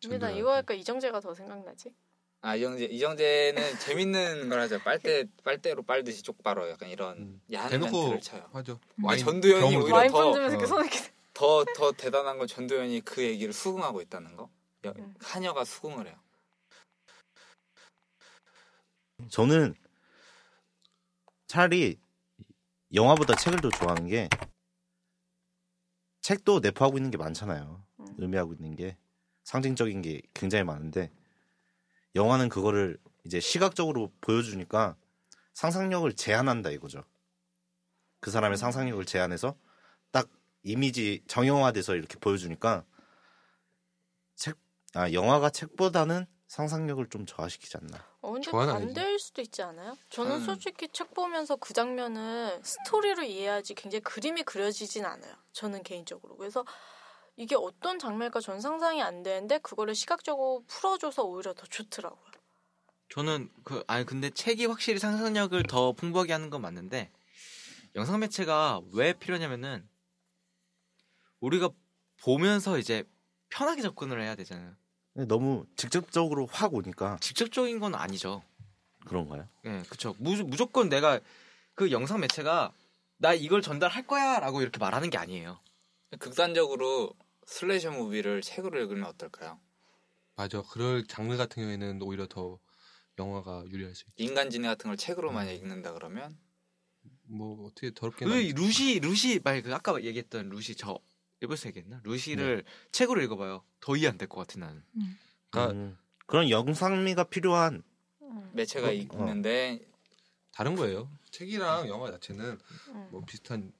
Speaker 4: 근데 나
Speaker 3: 전두환.
Speaker 4: 이거 할까 이정재가 더 생각나지?
Speaker 6: 아 이정재 이정재는 재밌는 걸 하죠. 빨대 빨대로 빨듯이 쪽바로 약간 이런
Speaker 2: 음.
Speaker 6: 야한
Speaker 3: 대놓고
Speaker 6: 멘트를 쳐요.
Speaker 3: 하죠.
Speaker 6: 근데
Speaker 3: 와인
Speaker 6: 전두현이
Speaker 3: 병으로.
Speaker 6: 오히려
Speaker 4: 와인
Speaker 6: 더-
Speaker 4: 뿜으면서 이렇게
Speaker 3: 어.
Speaker 4: 손을 이렇게.
Speaker 6: 더 더 대단한 건 전도연이 그 얘기를 수긍하고 있다는 거. 여-
Speaker 4: 음.
Speaker 6: 한여가 수긍을 해요.
Speaker 2: 저는 차라리 영화보다 책을 더 좋아하는 게 책도 내포하고 있는 게 많잖아요.
Speaker 4: 음.
Speaker 2: 의미하고 있는 게 상징적인 게 굉장히 많은데 영화는 그거를 이제 시각적으로 보여주니까 상상력을 제한한다 이거죠. 그 사람의 상상력을 제한해서 딱 이미지 정형화돼서 이렇게 보여주니까 책, 아 영화가 책보다는 상상력을 좀 저하시키지 않나.
Speaker 4: 어, 근데
Speaker 3: 좋아하는 아니지.
Speaker 4: 반대일 수도 있지 않아요? 저는
Speaker 6: 음.
Speaker 4: 솔직히 책 보면서 그 장면을 스토리로 이해하지 굉장히 그림이 그려지진 않아요. 저는 개인적으로. 그래서 이게 어떤 장면일까 전 상상이 안 되는데 그거를 시각적으로 풀어줘서 오히려 더 좋더라고요.
Speaker 1: 저는 그 아니 근데 책이 확실히 상상력을 더 풍부하게 하는 건 맞는데 영상 매체가 왜 필요냐면은 우리가 보면서 이제 편하게 접근을 해야 되잖아요.
Speaker 2: 근데 네, 너무 직접적으로 확 오니까
Speaker 1: 직접적인 건 아니죠.
Speaker 2: 그런가요?
Speaker 1: 예, 그쵸. 무, 무조건 내가 그 영상 매체가 나 이걸 전달할 거야 라고 이렇게 말하는 게 아니에요.
Speaker 6: 극단적으로 슬래셔 무비를 책으로 읽으면 어떨까요?
Speaker 3: 맞아. 그럴 장르 같은 경우에는 오히려 더 영화가 유리할 수 있.
Speaker 6: 인간지네 같은 걸 책으로 만약 읽는다 그러면
Speaker 3: 뭐 어떻게 더럽게
Speaker 1: 그 루시, 루시, 말그 아까 얘기했던 루시 저 일본에서 얘기했나? 루시를
Speaker 2: 네.
Speaker 1: 책으로 읽어봐요. 더 이해 안 될 것 같아 나는.
Speaker 3: 그러니까
Speaker 2: 음, 그런 영상미가 필요한
Speaker 3: 네.
Speaker 6: 매체가
Speaker 2: 어, 어.
Speaker 6: 있는데
Speaker 3: 다른 거예요. 책이랑 영화 자체는
Speaker 4: 음.
Speaker 3: 뭐 비슷한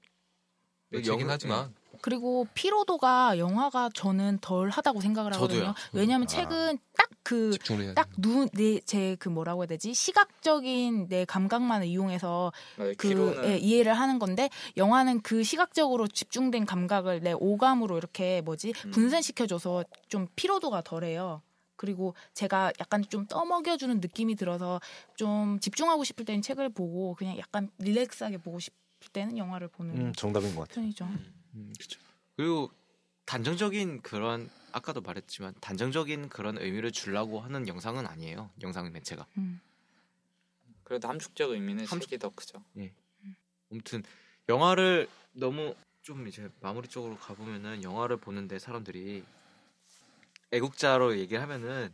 Speaker 1: 그
Speaker 3: 책이긴
Speaker 1: 영화-
Speaker 3: 하지만
Speaker 5: 그리고 피로도가 영화가 저는 덜 하다고 생각을
Speaker 1: 저도요.
Speaker 5: 하거든요. 왜냐하면
Speaker 2: 아.
Speaker 5: 책은 딱 그
Speaker 3: 음. 집중을 해야 돼.
Speaker 5: 딱 눈 내 제 그 뭐라고 해야 되지 시각적인 내 감각만을 이용해서
Speaker 6: 맞아요.
Speaker 5: 그
Speaker 6: 귀로는
Speaker 5: 예, 이해를 하는 건데 영화는 그 시각적으로 집중된 감각을 내 오감으로 이렇게 뭐지
Speaker 6: 음.
Speaker 5: 분산시켜줘서 좀 피로도가 덜해요. 그리고 제가 약간 좀 떠먹여주는 느낌이 들어서 좀 집중하고 싶을 때는 책을 보고 그냥 약간 릴렉스하게 보고 싶을 때는 영화를 보는
Speaker 2: 음, 정답인 것 같아요.
Speaker 5: 편이죠.
Speaker 1: 그리고 단정적인 그런 아까도 말했지만 단정적인 그런 의미를 주려고 하는 영상은 아니에요. 영상 매체가.
Speaker 5: 음.
Speaker 6: 그래도 함축적 의미는
Speaker 1: 함축-
Speaker 6: 색이 더 크죠.
Speaker 1: 아무튼 영화를 너무 좀 이제 마무리 쪽으로 가보면은 영화를 보는데 사람들이 애국자로 얘기를 하면은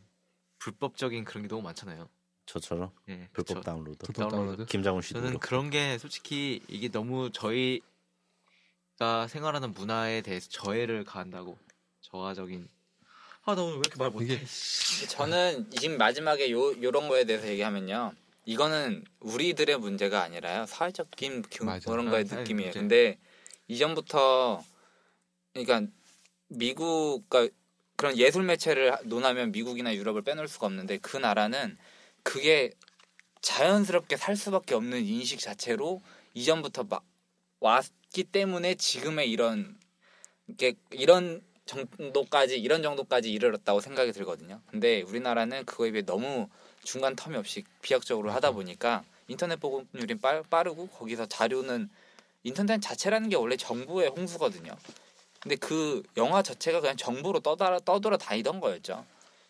Speaker 1: 불법적인 그런 게 너무 많잖아요.
Speaker 2: 저처럼
Speaker 1: 예,
Speaker 2: 불법
Speaker 1: 그쵸.
Speaker 2: 다운로드.
Speaker 3: 불법 다운로드.
Speaker 2: 김장훈 씨도
Speaker 1: 저는
Speaker 2: 그렇고.
Speaker 1: 그런 게 솔직히 이게 너무 저희가 생활하는 문화에 대해서 저해를 가한다고 저하적인 아나 오늘 왜 이렇게 말 못해
Speaker 3: 이게-
Speaker 6: 저는 지금 마지막에 요 요런 거에 대해서 얘기하면요. 이거는 우리들의 문제가 아니라요. 사회적인 그-
Speaker 3: 맞아.
Speaker 6: 그런 거의
Speaker 1: 아, 사회
Speaker 6: 느낌이에요.
Speaker 1: 문제.
Speaker 6: 근데 이전부터 그러니까 미국 그러니까 그런 예술 매체를 하- 논하면 미국이나 유럽을 빼놓을 수가 없는데 그 나라는 그게 자연스럽게 살 수밖에 없는 인식 자체로 이전부터 막 왔기 때문에 지금의 이런 이렇게 이런 정도까지 이런 정도까지 이르렀다고 생각이 들거든요. 근데 우리나라는 그거에 비해 너무 중간 텀이 없이 비약적으로 하다 보니까 인터넷 보급률이 빠- 빠르고 거기서 자료는 인터넷 자체라는 게 원래 정부의 홍수거든요. 근데 그 영화 자체가 그냥 정부로 떠돌아, 떠돌아 다니던 거였죠.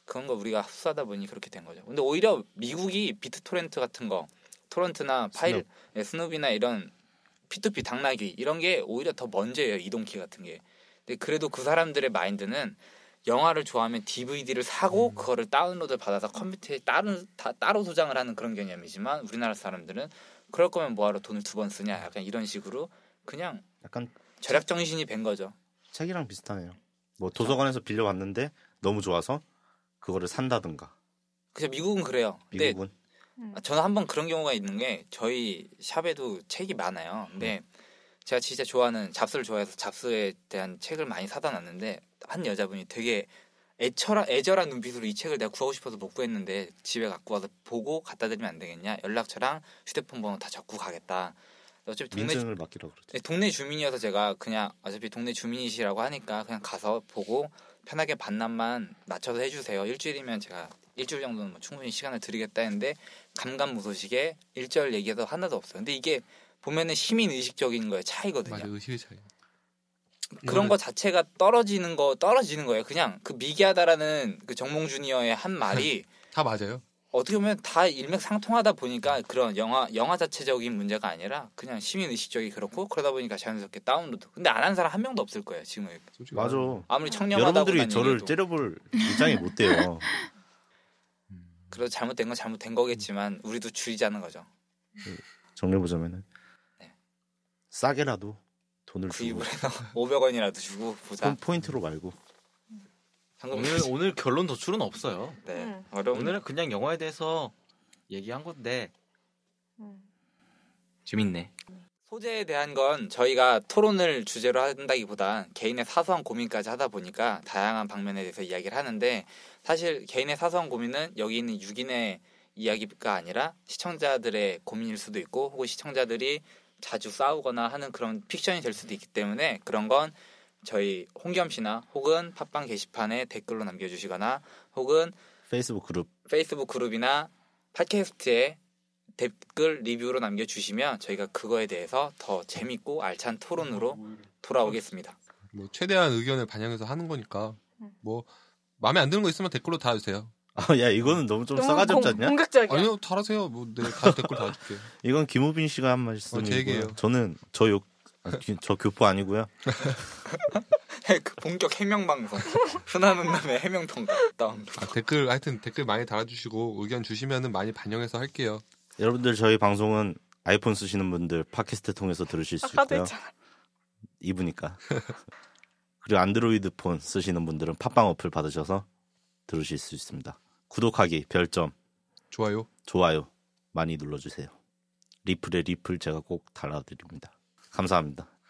Speaker 6: 그런 거 우리가 흡수하다 보니 그렇게 된 거죠. 근데 오히려 미국이 비트토렌트 같은 거, 토렌트나 파일,
Speaker 2: 스눕.
Speaker 6: 예, 스눕이나 이런 P2P 당나귀 이런 게 오히려 더 먼저예요. 이동키 같은 게. 근데 그래도 그 사람들의 마인드는 영화를 좋아하면
Speaker 2: 음.
Speaker 6: DVD를 사고 그거를 다운로드 받아서 컴퓨터에 따로 다, 따로 소장을 하는 그런 개념이지만 우리나라 사람들은 그럴 거면 뭐하러 돈을 두 번 쓰냐 약간 이런 식으로 그냥
Speaker 2: 약간
Speaker 6: 절약 정신이 된 거죠.
Speaker 2: 책이랑 비슷하네요. 뭐 도서관에서 빌려봤는데 너무 좋아서 그거를 산다든가.
Speaker 6: 그래서 미국은 그래요. 근데
Speaker 2: 미국은
Speaker 6: 아, 저는 한번 그런 경우가 있는 게 저희 샵에도 책이 많아요. 근데 제가 진짜 좋아하는 잡스를 좋아해서 잡스에 대한 책을 많이 사다 놨는데 한 여자분이 되게 애처라, 애절한 눈빛으로 이 책을 내가 구하고 싶어서 못 구했는데 집에 갖고 와서 보고 갖다 드리면 안 되겠냐? 연락처랑 휴대폰 번호 다 적고 가겠다. 어차피 동네
Speaker 2: 민증을 맡기라 그러죠.
Speaker 6: 네, 동네 주민이어서 제가 그냥 어차피 동네 주민이시라고 하니까 그냥 가서 보고 편하게 반납만 맞춰서 해주세요. 일주일이면 제가 일주일 정도는 뭐 충분히 시간을 드리겠다 했는데 감감무소식에 일절 얘기해서 하나도 없어요. 근데 이게 보면은 시민 의식적인 거의 차이거든요.
Speaker 3: 맞아 의식의 차이.
Speaker 6: 그런
Speaker 3: 이거는-
Speaker 6: 거 자체가 떨어지는 거 떨어지는 거예요. 그냥 그 미개하다라는 그 정몽 주니어의 한 말이
Speaker 3: 다 맞아요.
Speaker 6: 어떻게 보면 다 일맥상통하다 보니까 그런 영화 영화 자체적인 문제가 아니라 그냥 시민 의식적이 그렇고 그러다 보니까 자연스럽게 다운로드. 근데 안 한 사람 한 명도 없을 거예요 지금
Speaker 3: 솔직히
Speaker 2: 맞아.
Speaker 3: 말하면.
Speaker 6: 아무리 청렴하다고
Speaker 2: 여러분들이
Speaker 6: 만
Speaker 2: 저를 째려볼 입장이 못 돼요.
Speaker 6: 그래도 잘못된 건 잘못된 거겠지만 우리도 줄이자는 거죠.
Speaker 2: 정리해보자면은
Speaker 6: 네.
Speaker 2: 싸게라도 돈을 주고
Speaker 6: 구입을 해서 500원이라도 주고 보자.
Speaker 2: 폰- 포인트로 말고
Speaker 6: 방금
Speaker 1: 오늘 오늘 결론 도출은 없어요.
Speaker 6: 네
Speaker 4: 음.
Speaker 6: 어려운
Speaker 1: 오늘은 그냥 영화에 대해서 얘기한 건데
Speaker 4: 음.
Speaker 1: 재밌네.
Speaker 6: 소재에 대한 건 저희가 토론을 주제로 한다기보다 개인의 사소한 고민까지 하다 보니까 다양한 방면에 대해서 이야기를 하는데 사실 개인의 사소한 고민은 여기 있는 6인의 이야기가 아니라 시청자들의 고민일 수도 있고 혹은 시청자들이 자주 싸우거나 하는 그런 픽션이 될 수도 있기 때문에 그런 건 저희 홍겸 씨나 혹은 팟빵 게시판에 댓글로 남겨주시거나 혹은
Speaker 2: 페이스북 그룹
Speaker 6: 페이스북 그룹이나 팟캐스트에 댓글 리뷰로 남겨주시면 저희가 그거에 대해서 더 재밌고 알찬 토론으로 돌아오겠습니다.
Speaker 3: 뭐 최대한 의견을 반영해서 하는 거니까
Speaker 6: 음.
Speaker 3: 뭐 마음에 안 드는 거 있으면 댓글로 달아주세요.
Speaker 2: 아, 야 이거는 너무 좀 싸가지 없지 않냐?
Speaker 4: 공격적이야.
Speaker 3: 아니요 달아세요. 뭐 내가 다 댓글 달아줄게.
Speaker 2: 이건 김우빈 씨가 한
Speaker 3: 어, 제 얘기예요.
Speaker 2: 말씀이고요. 저는 저 욕, 아, 기- 저 교포 아니고요.
Speaker 6: 그 본격 해명 방송 흔한 음남의 해명 통과. 다음.
Speaker 3: 아, 댓글 하여튼 댓글 많이 달아주시고 의견 주시면은 많이 반영해서 할게요.
Speaker 2: 여러분들 저희 방송은 아이폰 쓰시는 분들 팟캐스트 통해서 들으실 수
Speaker 4: 아까도
Speaker 2: 있고요.
Speaker 4: 했잖아.
Speaker 2: 이브니까. 그리고 안드로이드 폰 쓰시는 분들은 팟빵 어플 받으셔서 들으실 수 있습니다. 구독하기, 별점,
Speaker 3: 좋아요.
Speaker 2: 좋아요 많이 눌러주세요. 리플에 리플 제가 꼭 달아드립니다. 감사합니다.